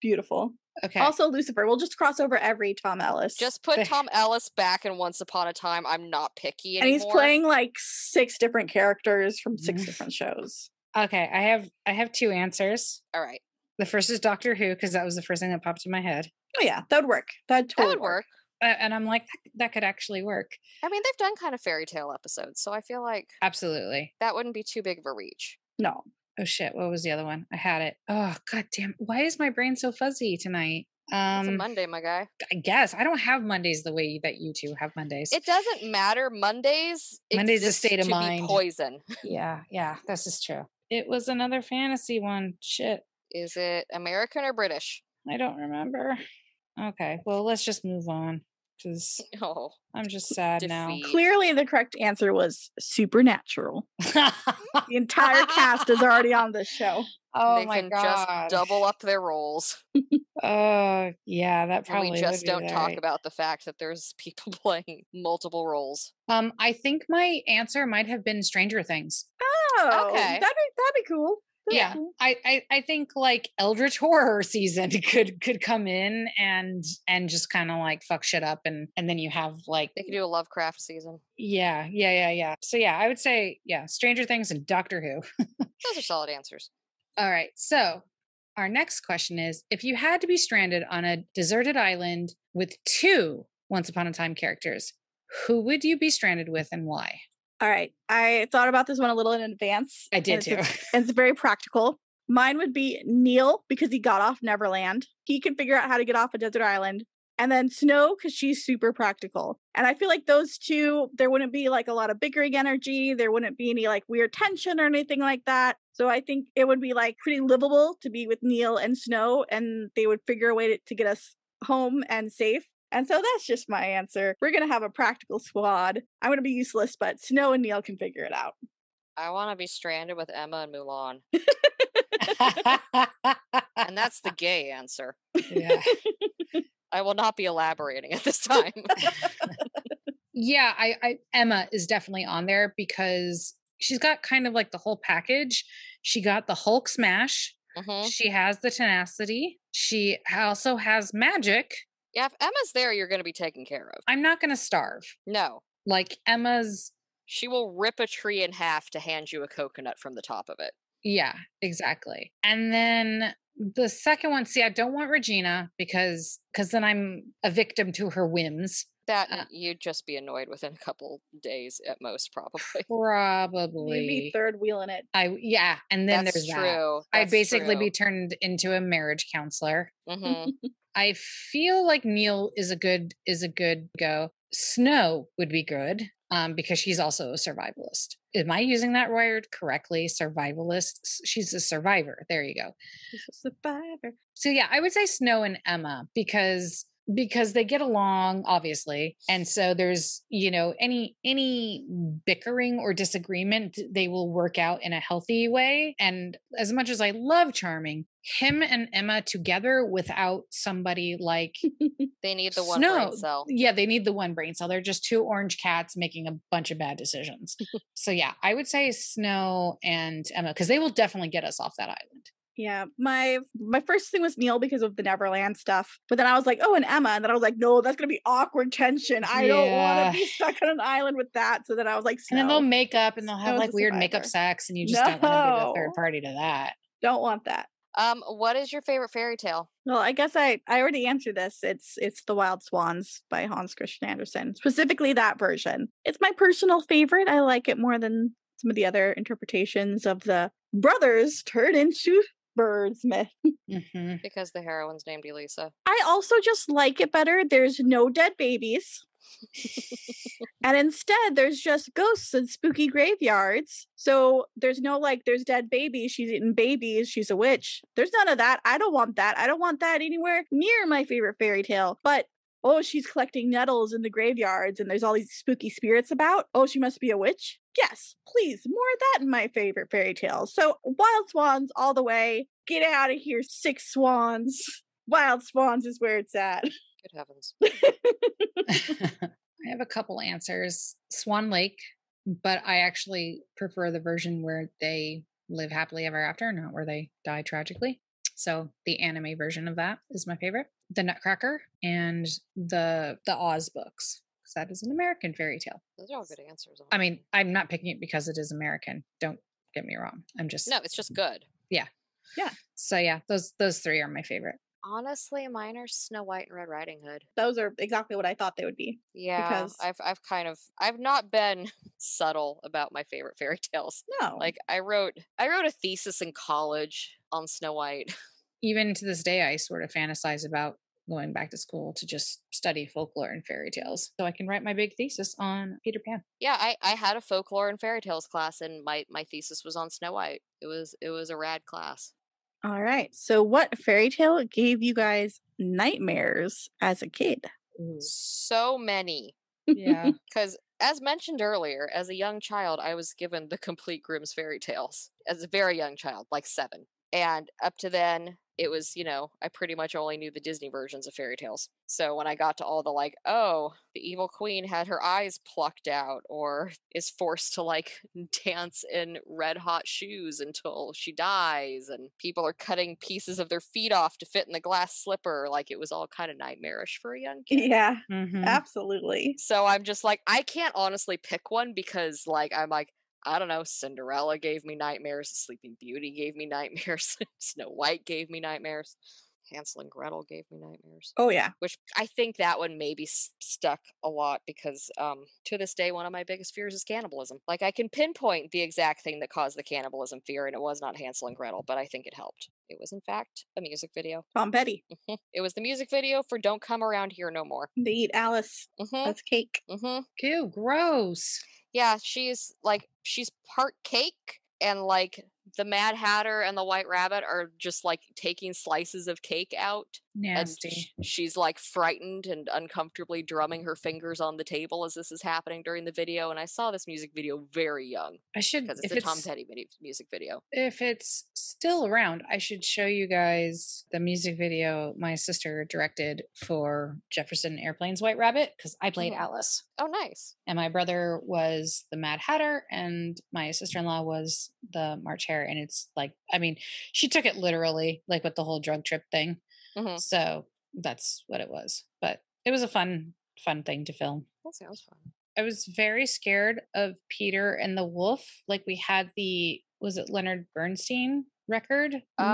beautiful.
Okay.
Also Lucifer. We'll just cross over every Tom Ellis.
Just put
Fair.
Tom Ellis back in Once Upon a Time. I'm not picky
and
anymore.
he's playing like six different characters from six
Mhm.
different shows.
okay. I have I have two answers.
All right.
The first is Doctor Who because that was the first thing that popped in my head,
Oh yeah, that would work. That
That
totally
would work.
uh, and I'm like, "That- that could actually work.
I mean, they've done kind of fairy tale episodes, so I feel like
Absolutely.
that wouldn't be too big of a reach.
No,
Oh shit! What was the other one? I had it. Oh god damn! Why is my brain so fuzzy tonight?
it's a
Um,
Monday, my guy.
I guess I don't have Mondays the way that you two have Mondays.
It doesn't matter. Mondays.
Monday's a
exist
state of
to
mind.
Be poison. [laughs]
yeah, yeah, this is true. It was another fantasy one. Shit,
Is it American or British? [laughs]
I don't remember. Okay, well let's just move on because
Oh,
I'm just sad
Defeat.
clearly the correct answer was Supernatural.
now.
The entire cast is already on this show.
[laughs] oh
they
my
can
god!
just double up their roles. [laughs]
Oh yeah, that
And
probably
we
would
just
be
don't
the
talk
right-
about the fact that there's people [laughs] playing multiple roles.
Um, I think my answer might have been Stranger Things.
Oh,
Okay.
that'd be that'd be cool. That'd be
Yeah.
cool.
I, I I think like Eldritch horror [laughs] season could could come in and and just kind of like fuck shit up and and then you have like
They could do a Lovecraft season.
yeah yeah yeah yeah so yeah I would say yeah Stranger Things and Doctor Who. [laughs]
Those are solid answers.
All right, so our next question is: If you had to be stranded on a deserted island with two Once Upon a Time characters, who would you be stranded with and why?
All right. I thought about this one a little in advance.
I did
and
too.
It's, and it's very practical. Mine would be Neil because he got off Neverland. He could figure out how to get off a desert island. And then Snow because she's super practical. And I feel like those two, there wouldn't be like a lot of bickering energy. There wouldn't be any like weird tension or anything like that. So I think it would be like pretty livable to be with Neil and Snow, and they would figure a way to, to get us home and safe. And so that's just my answer. We're going to have a practical squad. I'm going to be useless, but Snow and Neil can figure it out.
I want to be stranded with Emma and Mulan, and that's the gay answer.
[laughs] yeah. [laughs]
I will not be elaborating at this time. [laughs]
Yeah, I, I Emma is definitely on there because she's got kind of like the whole package. She got the Hulk smash.
Mhm.
She has the tenacity. She also has magic.
Yeah, if Emma's there, you're going to be taken care of.
I'm not going to starve.
No,
Like Emma's
she will rip a tree in half to hand you a coconut from the top of it.
yeah, exactly. And then the second one, see I don't want Regina because cuz then I'm a victim to her whims.
That
Uh,
you'd just be annoyed within a couple days at most, probably. [laughs]
Probably.
Maybe third wheel in it.
I yeah, and then
That's
there's
true.
that. I'd basically be turned into a marriage counselor. [laughs]
hmm
I feel like Neil is a good is a good go. Snow would be good um, because she's also a survivalist. Am I using that word correctly? Survivalist. S- She's a survivor. There you go.
She's a survivor.
So yeah, I would say Snow and Emma because because they get along obviously and so there's you know any any bickering or disagreement th- they will work out in a healthy way and as much as i love charming him and emma together without somebody like
They need the one brain
Snow-
cell.
[laughs] yeah, they need the one brain cell. They're just two orange cats making a bunch of bad
[laughs]
decisions. so yeah, I would say Snow and Emma because they will definitely get us off that island.
Yeah, my my first thing was Neil because of the Neverland stuff, but then I was like, oh, and Emma, and then I was like, no, that's gonna be awkward tension. I don't
Yeah.
want to be stuck on an island with that. So then I was like,
And then they'll
"Snow,
make up and they'll have
Snow's
like
a
weird makeup
survivor.
sex, and you just don't want to be the third
No.
party to that.
don't want that.
Um, what is your favorite fairy tale?
Well, I guess I I already answered this. It's it's The Wild Swans by Hans Christian Andersen, specifically that version. It's my personal favorite. I like it more than some of the other interpretations of the brothers turn into birds myth.
hmm
Because the heroine's named Elisa.
I also just like it better. There's no dead babies. and instead, there's just ghosts and spooky graveyards. So there's no like, there's dead babies. She's eating babies. She's a witch. There's none of that. I don't want that. I don't want that anywhere near my favorite fairy tale. But oh, she's collecting nettles in the graveyards and there's all these spooky spirits about. Oh, she must be a witch. Yes, please, more of that in my favorite fairy tales. So wild swans all the way. Get out of here, six swans. Wild Swans is where it's at. [laughs]
Good heavens.
[laughs] I have a couple answers. Swan Lake, but I actually prefer the version where they live happily ever after, not where they die tragically. So the anime version of that is my favorite. The Nutcracker and the the Oz books, because that is an American fairy tale.
Those are all good answers.
I mean, I'm not picking it because it is American. Don't get me wrong. I'm just
no, it's just good.
So yeah, those those three are my favorite.
Honestly, mine are Snow White and Red Riding Hood.
Those are exactly what I thought they would be.
Yeah,
Because-
I've I've kind of I've not been [laughs] subtle about my favorite fairy tales.
No.
Like I wrote I wrote a thesis in college on Snow White. [laughs]
Even to this day, I sort of fantasize about going back to school to just study folklore and fairy tales, so I can write my big thesis on Peter Pan.
Yeah, I, I had a folklore and fairy tales class and my, my thesis was on Snow White. It was it was a rad class.
All right. So, what fairy tale gave you guys nightmares as a kid?
So many.
[laughs] Yeah,
Because, Um, as mentioned earlier, as a young child, I was given the complete Grimm's fairy tales as a very young child, like seven. And up to then, it was, you know, I pretty much only knew the Disney versions of fairy tales. So when I got to all the like, oh, the evil queen had her eyes plucked out or [laughs] is forced to like [laughs] dance in red hot shoes until she dies and people are cutting pieces of their feet off to fit in the glass slipper, like it was all kind of nightmarish for a young kid.
[laughs] Yeah,
Mhm.
Mm-hmm.
absolutely.
So I'm just like, I can't honestly pick one because, like, I'm like, I don't know, Cinderella gave me nightmares, Sleeping Beauty gave me nightmares, [laughs] Snow White gave me nightmares, Hansel and Gretel gave me nightmares,
Oh, yeah.
which I think that one maybe s- stuck a lot because um, to this day, one of my biggest fears is cannibalism. Like, I can pinpoint the exact thing that caused the cannibalism fear, and it was not Hansel and Gretel, but I think it helped. It was, in fact, a music video.
[laughs]
Tom Petty.
Mhm. It was the music video for Don't Come Around Here No More.
They eat Alice.
Mm
That's cake.
hmm. Mm hmm.
Ew, gross.
Yeah, she's like she's part cake and like the Mad Hatter and the White Rabbit are just like taking slices of cake out
Nasty.
and sh- she's like frightened and uncomfortably drumming her fingers on the table as this is happening during the video and I saw this music video very young
I should
because it's
Hmm, if
a Tom
it's,
Petty mini- music video.
if it's still around, I should show you guys the music video my sister directed for Jefferson Airplane's White Rabbit because I played
Mhm.
Alice.
Oh nice.
and my brother was the Mad Hatter, and my sister in law was the March Hare. And it's like, I mean, she took it literally, like with the whole drug trip thing.
Mhm.
So that's what it was. But it was a fun, fun thing to film.
That sounds fun.
I was very scared of Peter and the Wolf. Like we had the was it Leonard Bernstein record
Oh,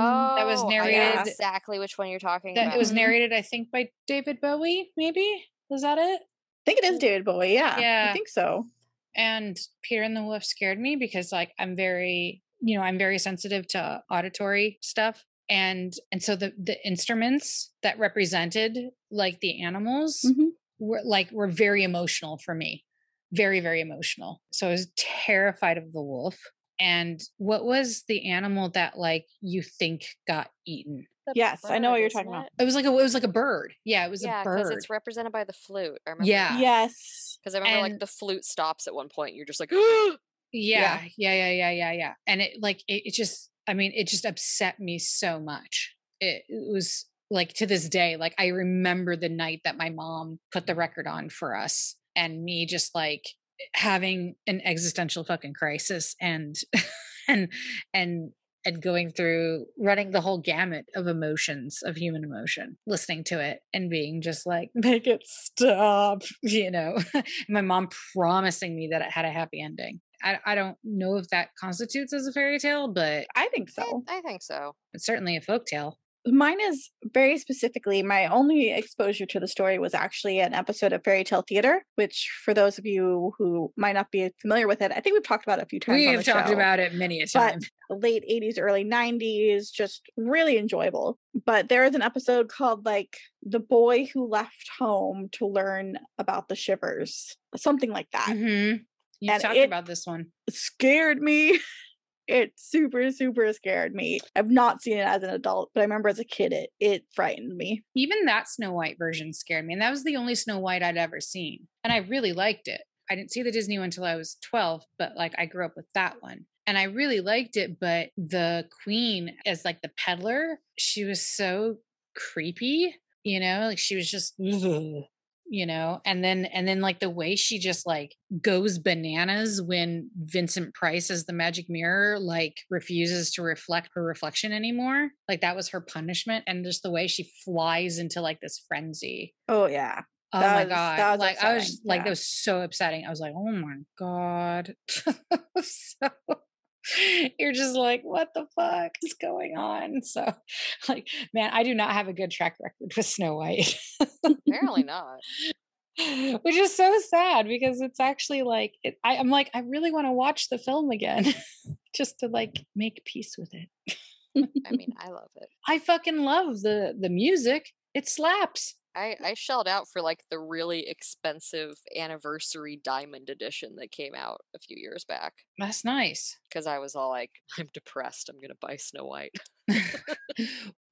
Mm, was
I know
narrated-
exactly which one you're talking
that
about.
it was
Mhm.
narrated, I think, by David Bowie. Maybe was that it?
I think it is David Bowie. Yeah. I
Yeah.
think so.
and Peter and the Wolf scared me because like I'm very, you know, I'm very sensitive to auditory stuff. And and so the the instruments that represented like the animals
Mm-hmm.
Mhm.
were like were very emotional for me. Very, very emotional. So I was terrified of the wolf. And what was the animal that like you think got eaten?
The
Yes, I know what
bird,
you're
isn't
talking about.
it?
It was like a it was like a bird. Yeah, it was
yeah,
a bird.
it's represented by the flute. I remember
Yeah.
Yes.
Because I remember like
And-
the flute stops at one point. and
[laughs]
You're just like, [gasps]
yeah yeah yeah yeah yeah yeah and it like it, it just i mean it just upset me so much it, it was like to this day like i remember the night that my mom put the record on for us and me just like having an existential fucking crisis and [laughs] and and and going through running the whole gamut of emotions of human emotion listening to it and being just like [laughs] make it stop you know [laughs] my mom promising me that it had a happy ending I, I don't know if that constitutes as a fairy tale but
I think
"Eh,
so.
I think so.
it's certainly a folk tale
Mine is very specifically my only exposure to the story was actually an episode of Fairy Tale Theater, which for those of you who might not be familiar with it, I think we've talked about it a few times.
we
on
have
the
talked
show.
about it many a
But-
time
the late 80s, early 90s, just really enjoyable. But there is an episode called like The Boy Who Left Home to Learn About the Shivers, something like that.
Mm-hmm.
Mhm. you
and
talked
it-
about this one
Scared me. [laughs] It super, super scared me. I've not seen it as an adult, but I remember as a kid it it frightened me.
even that Snow White version scared me. And that was the only Snow White I'd ever seen. And I really liked it. I didn't see the Disney one until I was 12, but like I grew up with that one. And I really liked it. But the queen, as like the peddler, she was so creepy, you know, like she was just you know, and then and then like the way she just like goes bananas when Vincent Price as the magic mirror like refuses to reflect her reflection anymore. Like that was her punishment and just the way she flies into like this frenzy.
Oh yeah.
Oh
That
my
was-
god!
that was
like I was
upsetting,
just- like
yeah.
that was so upsetting. I was like, oh my god. [laughs] so you're just like, what the fuck is going on? So, like, man, I do not have a good track record with Snow White,
Apparently not.
[laughs] which is so sad because it's actually like it, I, I'm like I really want to watch the film again [laughs] just to like make peace with it.
I
[laughs]
mean, I love it.
I fucking love the the music. It slaps.
I, I shelled out for like the really expensive anniversary diamond edition that came out a few years back
That's nice.
because I was all like, [laughs] I'm depressed. I'm gonna buy Snow White.
[laughs]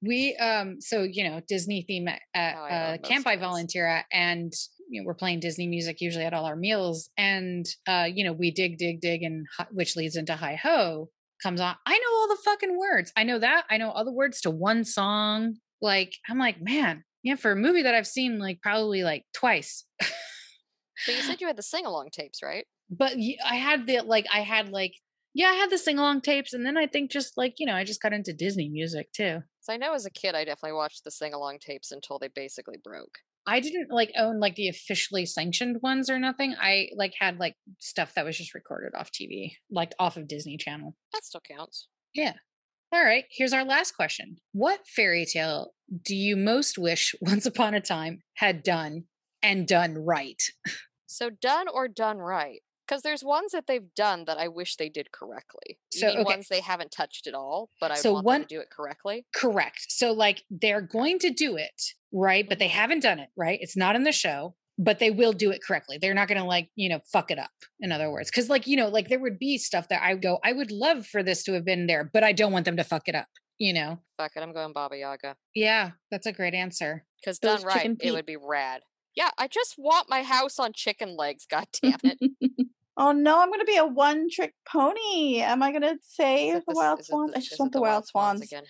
we um so you know disney theme at at,
Oh, I love
uh,
those
camp i
songs.
volunteer at and you know we're playing disney music usually at all our meals and uh you know we dig dig dig and hi- which leads into hi ho comes on i know all the fucking words i know that i know all the words to one song like i'm like man yeah for a movie that i've seen like probably like twice [laughs]
But you said you had the sing along tapes, right?
but y- I had the like I had like yeah I had the sing along tapes and then I think just like you know I just got into Disney music too.
So I know as a kid, I definitely watched the sing along tapes until they basically broke.
I didn't like own like the officially sanctioned ones or nothing. I like had like stuff that was just recorded off TV, like off of Disney Channel.
That still counts.
All right, here's our last question. What fairy tale do you most wish [laughs] Once Upon a Time had done and done right?
So done or done right? Because there's ones that they've done that I wish they did correctly. You
So,
mean
okay.
ones they haven't touched at all, but I
So
want
one-
them to do it correctly.
Correct. So like they're going to do it, right? But they
Mhm.
haven't done it, right? It's not in the show, but they will do it correctly. They're not going to like, you know, fuck it up in other words. Cuz like, you know, like there would be stuff that I would go, I would love for this to have been there, but I don't want them to fuck it up, you know.
Fuck it, I'm going Baba Yaga.
Yeah, that's a great answer.
Because
Those
done right,
chicken
it
feet.
would be rad. Yeah, I just want my house on chicken legs. [laughs] God
Mm-hmm.
damn it!
[laughs] oh no, I'm gonna be a one trick pony. Am I gonna say
Is it
the
s-
wild
is it
swans?
the-
I
is it
just want the wild swans.
again.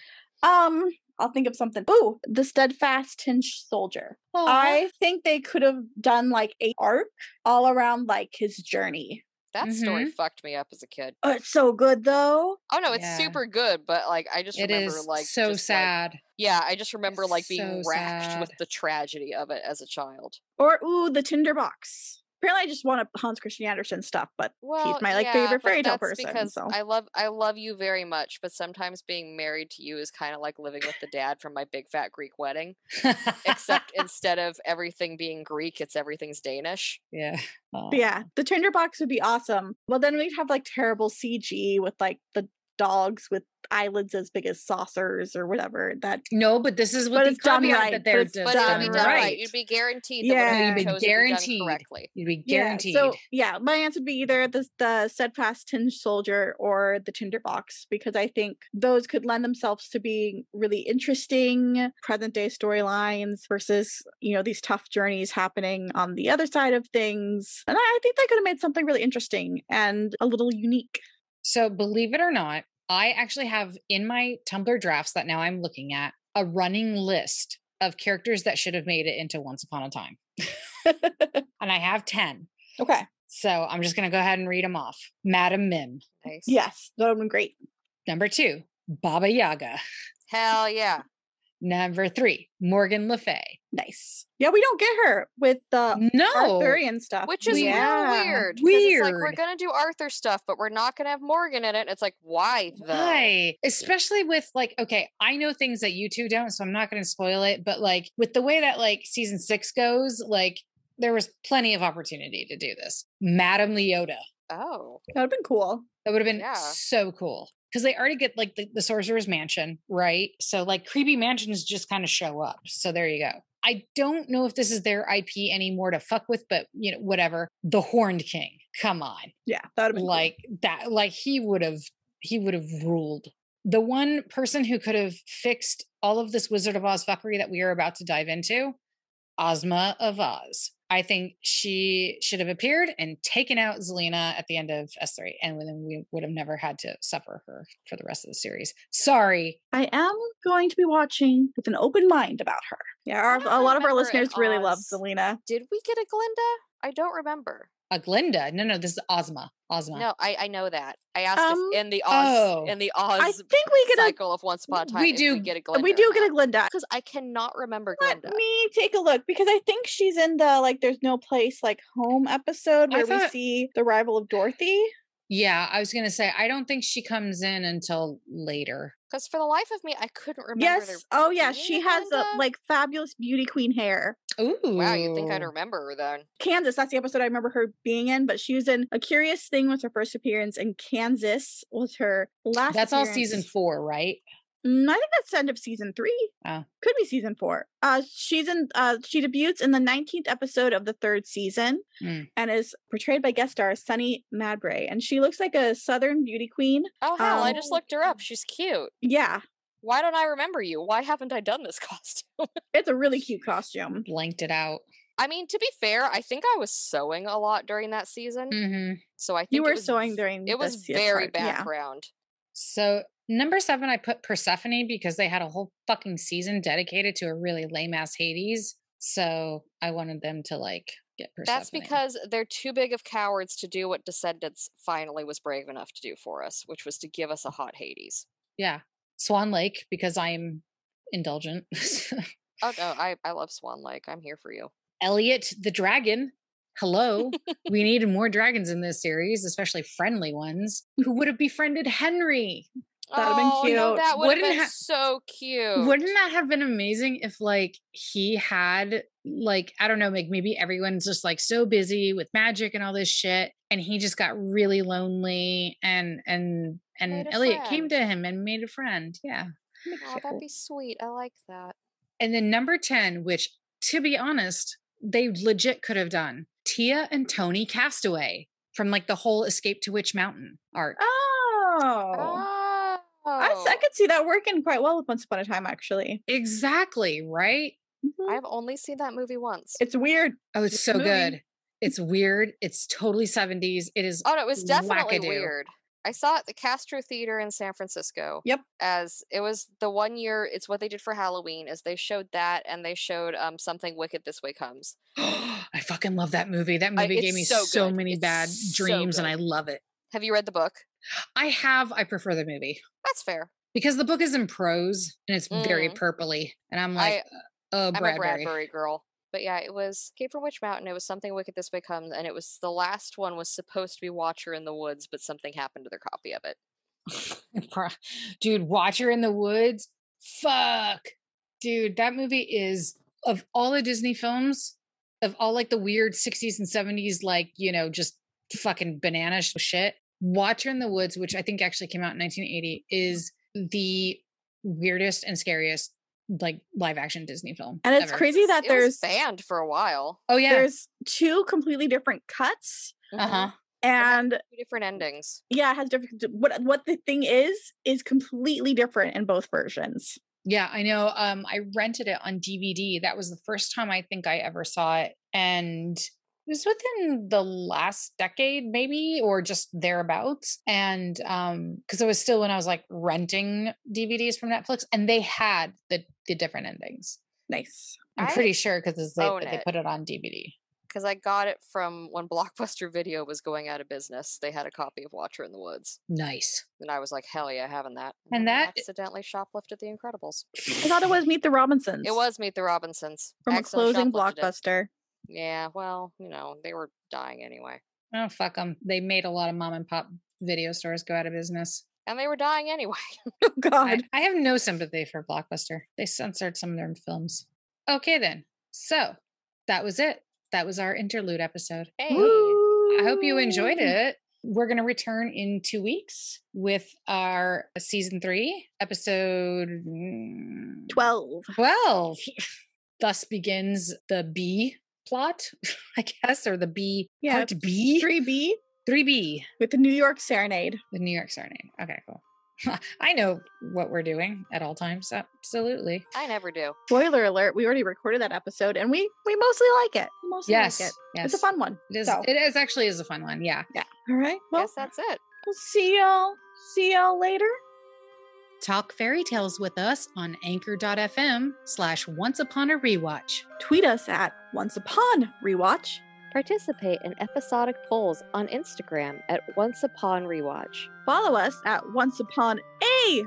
Um, I'll think of something. Ooh, the steadfast hinge soldier.
Uh-huh.
I think they could have done like a arc all around like his journey.
That
Mm-hmm.
story fucked me up as a kid.
Oh, it's so good though.
Oh no, it's
Yeah.
super good, but like I just
it
remember
is
like
so
just, like-
sad.
yeah, I just remember like being
so
racked with
sad.
the tragedy of it as a child.
Or ooh, the tinderbox. Apparently, I just want a Hans Christian Andersen stuff, but
Well,
my, like,
yeah,
favorite
but
fairy tale
that's
person,
Because
so.
I love I love you very much, but sometimes being married to you is kind of like living with the dad from my big fat Greek wedding. Except
[laughs]
instead of everything being Greek, it's everything's Danish.
[laughs] yeah. Oh.
but yeah, the tinderbox would be awesome. Well, then we'd have like terrible CG with like the dogs with eyelids as big as saucers or whatever. That
No, but this is what
But
the
it's done
caveat
right,
that
but
they're
it's
done,
But it would be done right.
right.
You'd
[laughs]
be guaranteed that whatever
Yeah.
you
You'd be
chose would be
guaranteed.
done correctly.
You'd be
Yeah,
guaranteed.
so yeah, my answer would be either the the steadfast tinge soldier or the tinderbox because I think those could lend themselves to being really interesting present day storylines versus you know these tough journeys happening on the other side of things. And I, I think they could have made something really interesting and a little unique.
So, believe it or not, I actually have in my Tumblr drafts that now I'm looking at a running list of characters that should have made it into Once Upon a Time. and I have 10.
Okay.
So, I'm just going to go ahead and read them off. Madam Mim.
Nice.
Yes, that would have been great.
Number two, Baba Yaga.
Hell yeah.
Number three, Morgan Le Fay.
Nice. Yeah, we don't get her with the
No.
Arthurian stuff,
Which is
Yeah.
real weird. 'cause It's like we're
Weird.
gonna do Arthur stuff, but we're not gonna have Morgan in it. It's like why though?
Why? Especially with like, okay, I know things that you two don't, so I'm not going to spoil it. But like with the way that like season six goes, like there was plenty of opportunity to do this. Madame Leota.
Oh.
That would have been cool.
That would have been
Yeah.
so cool. Because they already get like the, the sorcerer's mansion, right? So like creepy mansions just kind of show up. So there you go. I don't know if this is their IP anymore to fuck with, but you know, whatever. The Horned King. Come on
Yeah, that would have been cool.
like that like he would have he would have ruled the one person who could have fixed all of this wizard of oz fuckery that we are about to dive into ozma of oz I think she should have appeared and taken out Zelina at the end of S3, and then we would have never had to suffer her for the rest of the series. Sorry.
I am going to be watching with an open mind about her. Yeah, our,
don't
a lot of
remember
our
an
listeners really love
Oz.
Selena.
Did we get a Glinda? I don't remember.
A Glinda. No, no, this is Ozma. Ozma.
No, I, I know that. I asked
Um,
if in the Oz
oh.
in the
I
Oz
think we get a
cycle of Once Upon a Time
we
if
do-
we get a Glinda.
we do get a Glinda.
because I cannot remember
Let
Glinda.
me take a look because I think she's in the like there's no place like home episode
I
where we
thought-
see the rival of Dorothy.
Yeah, I was gonna say I don't think she comes in until later.
Because for the life of me, I couldn't remember.
yes.
Their...
oh yeah,
being a
she has a,
Glinda?
like fabulous beauty queen hair.
Ooh.
Wow, you think I'd remember her then?
Kansas, that's the episode I remember her being in, but she was in A Curious Thing with her first appearance and Kansas was her last
That's all season
appearance.
four, right?
Mm, I think that's the end of season three.
Ah.
Oh.
Could be season four. Uh, she's in. Uh, she debuts in the nineteenth episode of the third season,
Mm.
and is portrayed by guest star Sunny Madbray. And she looks like a Southern beauty queen.
Oh hell, I
Um,
just looked
mm,
her up. She's cute.
Yeah,
Why don't I remember you? Why haven't I done this [laughs] costume?
it's a really cute costume.
Blanked it out.
I mean, to be fair, I think I was sewing a lot during that season,
hmm
so I think
Mm, You
it
were
was
sewing
v-
during.
It was
this year's
very
part, yeah.
background.
So number seven, I put Persephone because they had a whole fucking season dedicated to a really lame ass Hades. So I wanted them to like get Persephone.
That's because they're too big of cowards to do what Descendants finally was brave enough to do for us, which was to give us a hot Hades.
yeah, Swan Lake because I'm indulgent. [laughs]
Oh no, I, I love Swan Lake. I'm here for you.
Elliot the dragon. Hello. we needed more dragons in this series, especially friendly ones. Who would have befriended Henry?
That'd have been
no,
cute.
Oh, that would have
Wouldn't
been
ha-
so cute.
Wouldn't that have been amazing if like he had like I don't know, like maybe everyone's just like so busy with magic and all this shit and he just got really lonely and and and
Made a
Elliot came to him and made a friend. Yeah.
Oh, that'd be sweet. I like that.
And then number 10, which to be honest, they legit could have done. Tia and Tony Castaway from like the whole Escape to Witch Mountain arc.
Oh,
Oh,
I, s- I could see that working quite well with Once Upon a Time. Actually,
Exactly, right?
Mhm.
I've only seen that movie once.
it's weird.
Oh, it's so
movie.
good. It's weird. It's totally 70s. It is
Oh no, it was definitely
wackadoo.
weird. I saw it at the Castro Theater in San Francisco.
Yep.
As it was the one year, it's what they did for Halloween. Is they showed that, and they showed um something wicked this way comes.
[gasps] I fucking love that movie. That
I-
movie gave
it's
me so,
so good.
many
It's
bad
so
dreams and I
good.
love it.
Have you read the book?
I have, I prefer the movie
That's fair.
because the book is in prose and it's very
Mm.
purpley. And I'm
I-
like, oh,
I'm a
Bradbury.
Bradbury girl. But yeah, it was Escape from Witch Mountain. It was something wicked this way comes, and it was the last one was supposed to be Watcher in the Woods, but something happened to their copy of it.
[laughs] Pro- dude watcher in the woods fuck dude that movie is of all the disney films of all like the weird 60s and 70s like you know just fucking banana sh- shit watcher in the woods which i think actually came out in 1980 is the weirdest and scariest like live action disney film
And it's
ever.
crazy that
It was
there's
banned for a while.
oh yeah
there's two completely different cuts
Mhm.
uh-huh
and
Two different endings.
yeah it has different d- what what the thing is is completely different in both versions
Yeah, I know. Um, I rented it on DVD. That was the first time I think I ever saw it. And it was within the last decade, maybe, or just thereabouts. And um, because it was still when I was like renting DVDs from Netflix and they had the the different endings.
nice
I'm
I
pretty sure because they,
own
they
it.
put it on DVD.
because I got it from when [laughs] Blockbuster Video was going out of business. They had a copy of Watcher in the Woods,
Nice.
and I was like, "Hell yeah, having that!"
And
then we
that-
accidentally shoplifted The Incredibles.
i thought it was meet the robinsons
It was Meet the Robinsons
from a
Accidentally
closing
shoplifted it.
blockbuster [laughs]
Yeah, well, you know, they were dying anyway,
Oh fuck them. They made a lot of mom and pop video stores go out of business.
and they were dying anyway. [laughs]
oh
I,
god
I have no sympathy for Blockbuster. They censored some of their films. Okay, then. So that was it. That was our interlude episode.
hey,
I hope you enjoyed
Woo!
it. We're going to return in two weeks with our season three, episode mm,
12
12. Thus begins the B plot, [laughs] I guess, or the B
Yeah,
part B.
3b
3B,
with the new york serenade
the New York surname. Okay, cool. [laughs] I know what we're doing at all times. Absolutely.
I never do.
spoiler alert we already recorded that episode and we we mostly like it mostly
Yes.
like it.
Yes.
It's a fun one.
It is,
So.
it is actually is a fun one. Yeah.
All right.
Oh.
Well,
Guess that's it.
we'll see y'all. See y'all later.
Talk fairy tales with us on anchor.fm slash once upon a rewatch.
Tweet us at Once Upon Rewatch.
Participate in episodic polls on Instagram at Once Upon Rewatch.
Follow us at Once Upon a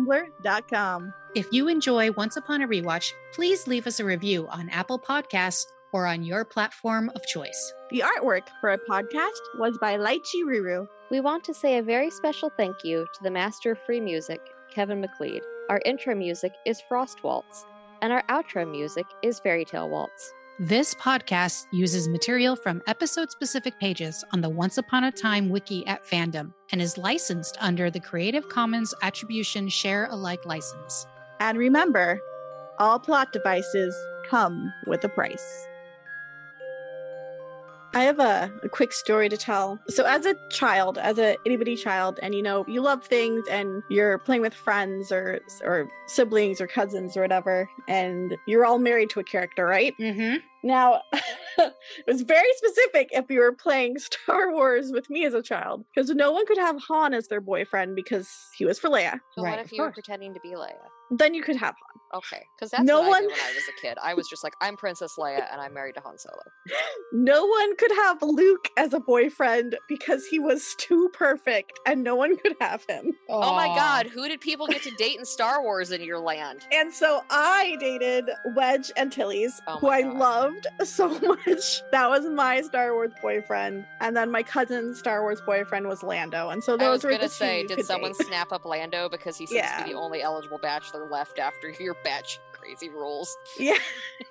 Rewatch.tumblr.com.
If you enjoy Once Upon a Rewatch, please leave us a review on Apple Podcasts or on your platform of choice.
The artwork for our podcast was by Lychee Ruru.
We want to say a very special thank you to the master of free music, Kevin McLeod.
Our intro music is Frost Waltz, and our outro music is Fairy Tale Waltz.
This podcast uses material from episode specific pages on the Once Upon a Time wiki at fandom and is licensed under the Creative Commons Attribution Share Alike license.
And remember, all plot devices come with a price. I have a, a quick story to tell. So, as a child, as a itty bitty child, and you know, you love things, and you're playing with friends or or siblings or cousins or whatever, and you're all married to a character, right?
Mm-hmm.
Now, [laughs] it was very specific if you were playing [laughs] Star Wars with me as a child, because no one could have Han as their boyfriend because he was for Leia.
But
Right,
what
of
if you were
course.
pretending to be Leia?
Then you could have Han.
Okay, because that's
No
what I
one-
did when I was a kid. I was just like, I'm Princess Leia, and I'm married to Han Solo.
No one could have Luke as a boyfriend because he was [laughs] too perfect and no one could have him.
Oh my God, who did people get to date in Star Wars in your land?
And so I dated Wedge Antilles,
Oh
who
my
I
God.
loved [laughs] so much. That was my Star Wars boyfriend. And then my cousin's Star Wars boyfriend was Lando. And so those
I was
were
gonna
the
say,
two you
did
could
someone
date. [laughs]
snap up Lando because he seems to
Yeah.
be the only eligible bachelor left after your batch crazy rules?
Yeah. [laughs]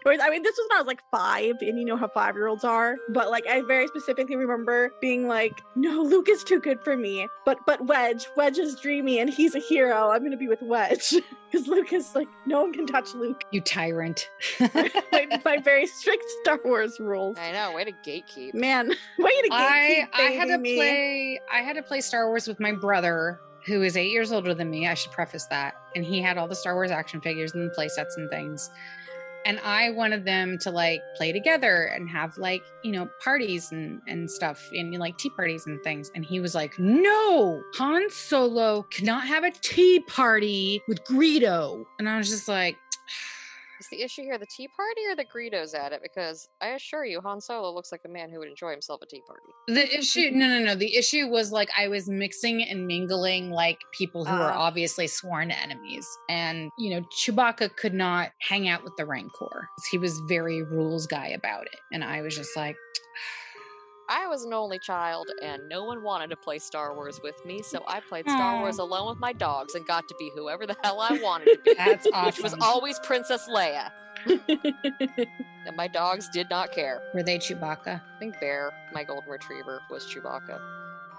Or- I mean, this was when I was like five, and you know how five year olds are. But like, I very specifically remember being like, no, Luke is too good for me. But, but Wedge, Wedge is dreamy and he's a hero. I'm going to be with Wedge. [laughs] Because Luke is like, no one can touch Luke. [laughs]
You tyrant.
my, my very strict Star
[laughs]
Wars rules.
I know, way to gatekeep.
Man, [laughs] way to gatekeep,
I I had
baby
to
me.
play I had to play Star Wars with my brother who is 8 years older than me. I should preface that. And he had all the Star Wars action figures and the play sets and things. And I wanted them to like play together and have like, you know, parties and and stuff and like tea parties and things. And he was like, "No, Han Solo cannot have a tea party with Greedo." And I was just like,
Is the issue here the tea party or the Greedos at it? Because I assure you, Han Solo looks like a man who would enjoy himself a tea party.
The issue, no, no, no. The issue was like I was mixing and mingling like people who are
Ah.
obviously sworn enemies. And, you know, Chewbacca could not hang out with the Rancor. He was very rules guy about it. And I was just like,
I was an only child, and no one wanted to play Star Wars with me, so I played Star Wars alone with my dogs and got to be whoever the hell I wanted to be,
that's
which
[laughs]
awesome.
was always Princess Leia. And my dogs did not care.
Were they Chewbacca?
I think Bear, my golden retriever, was Chewbacca.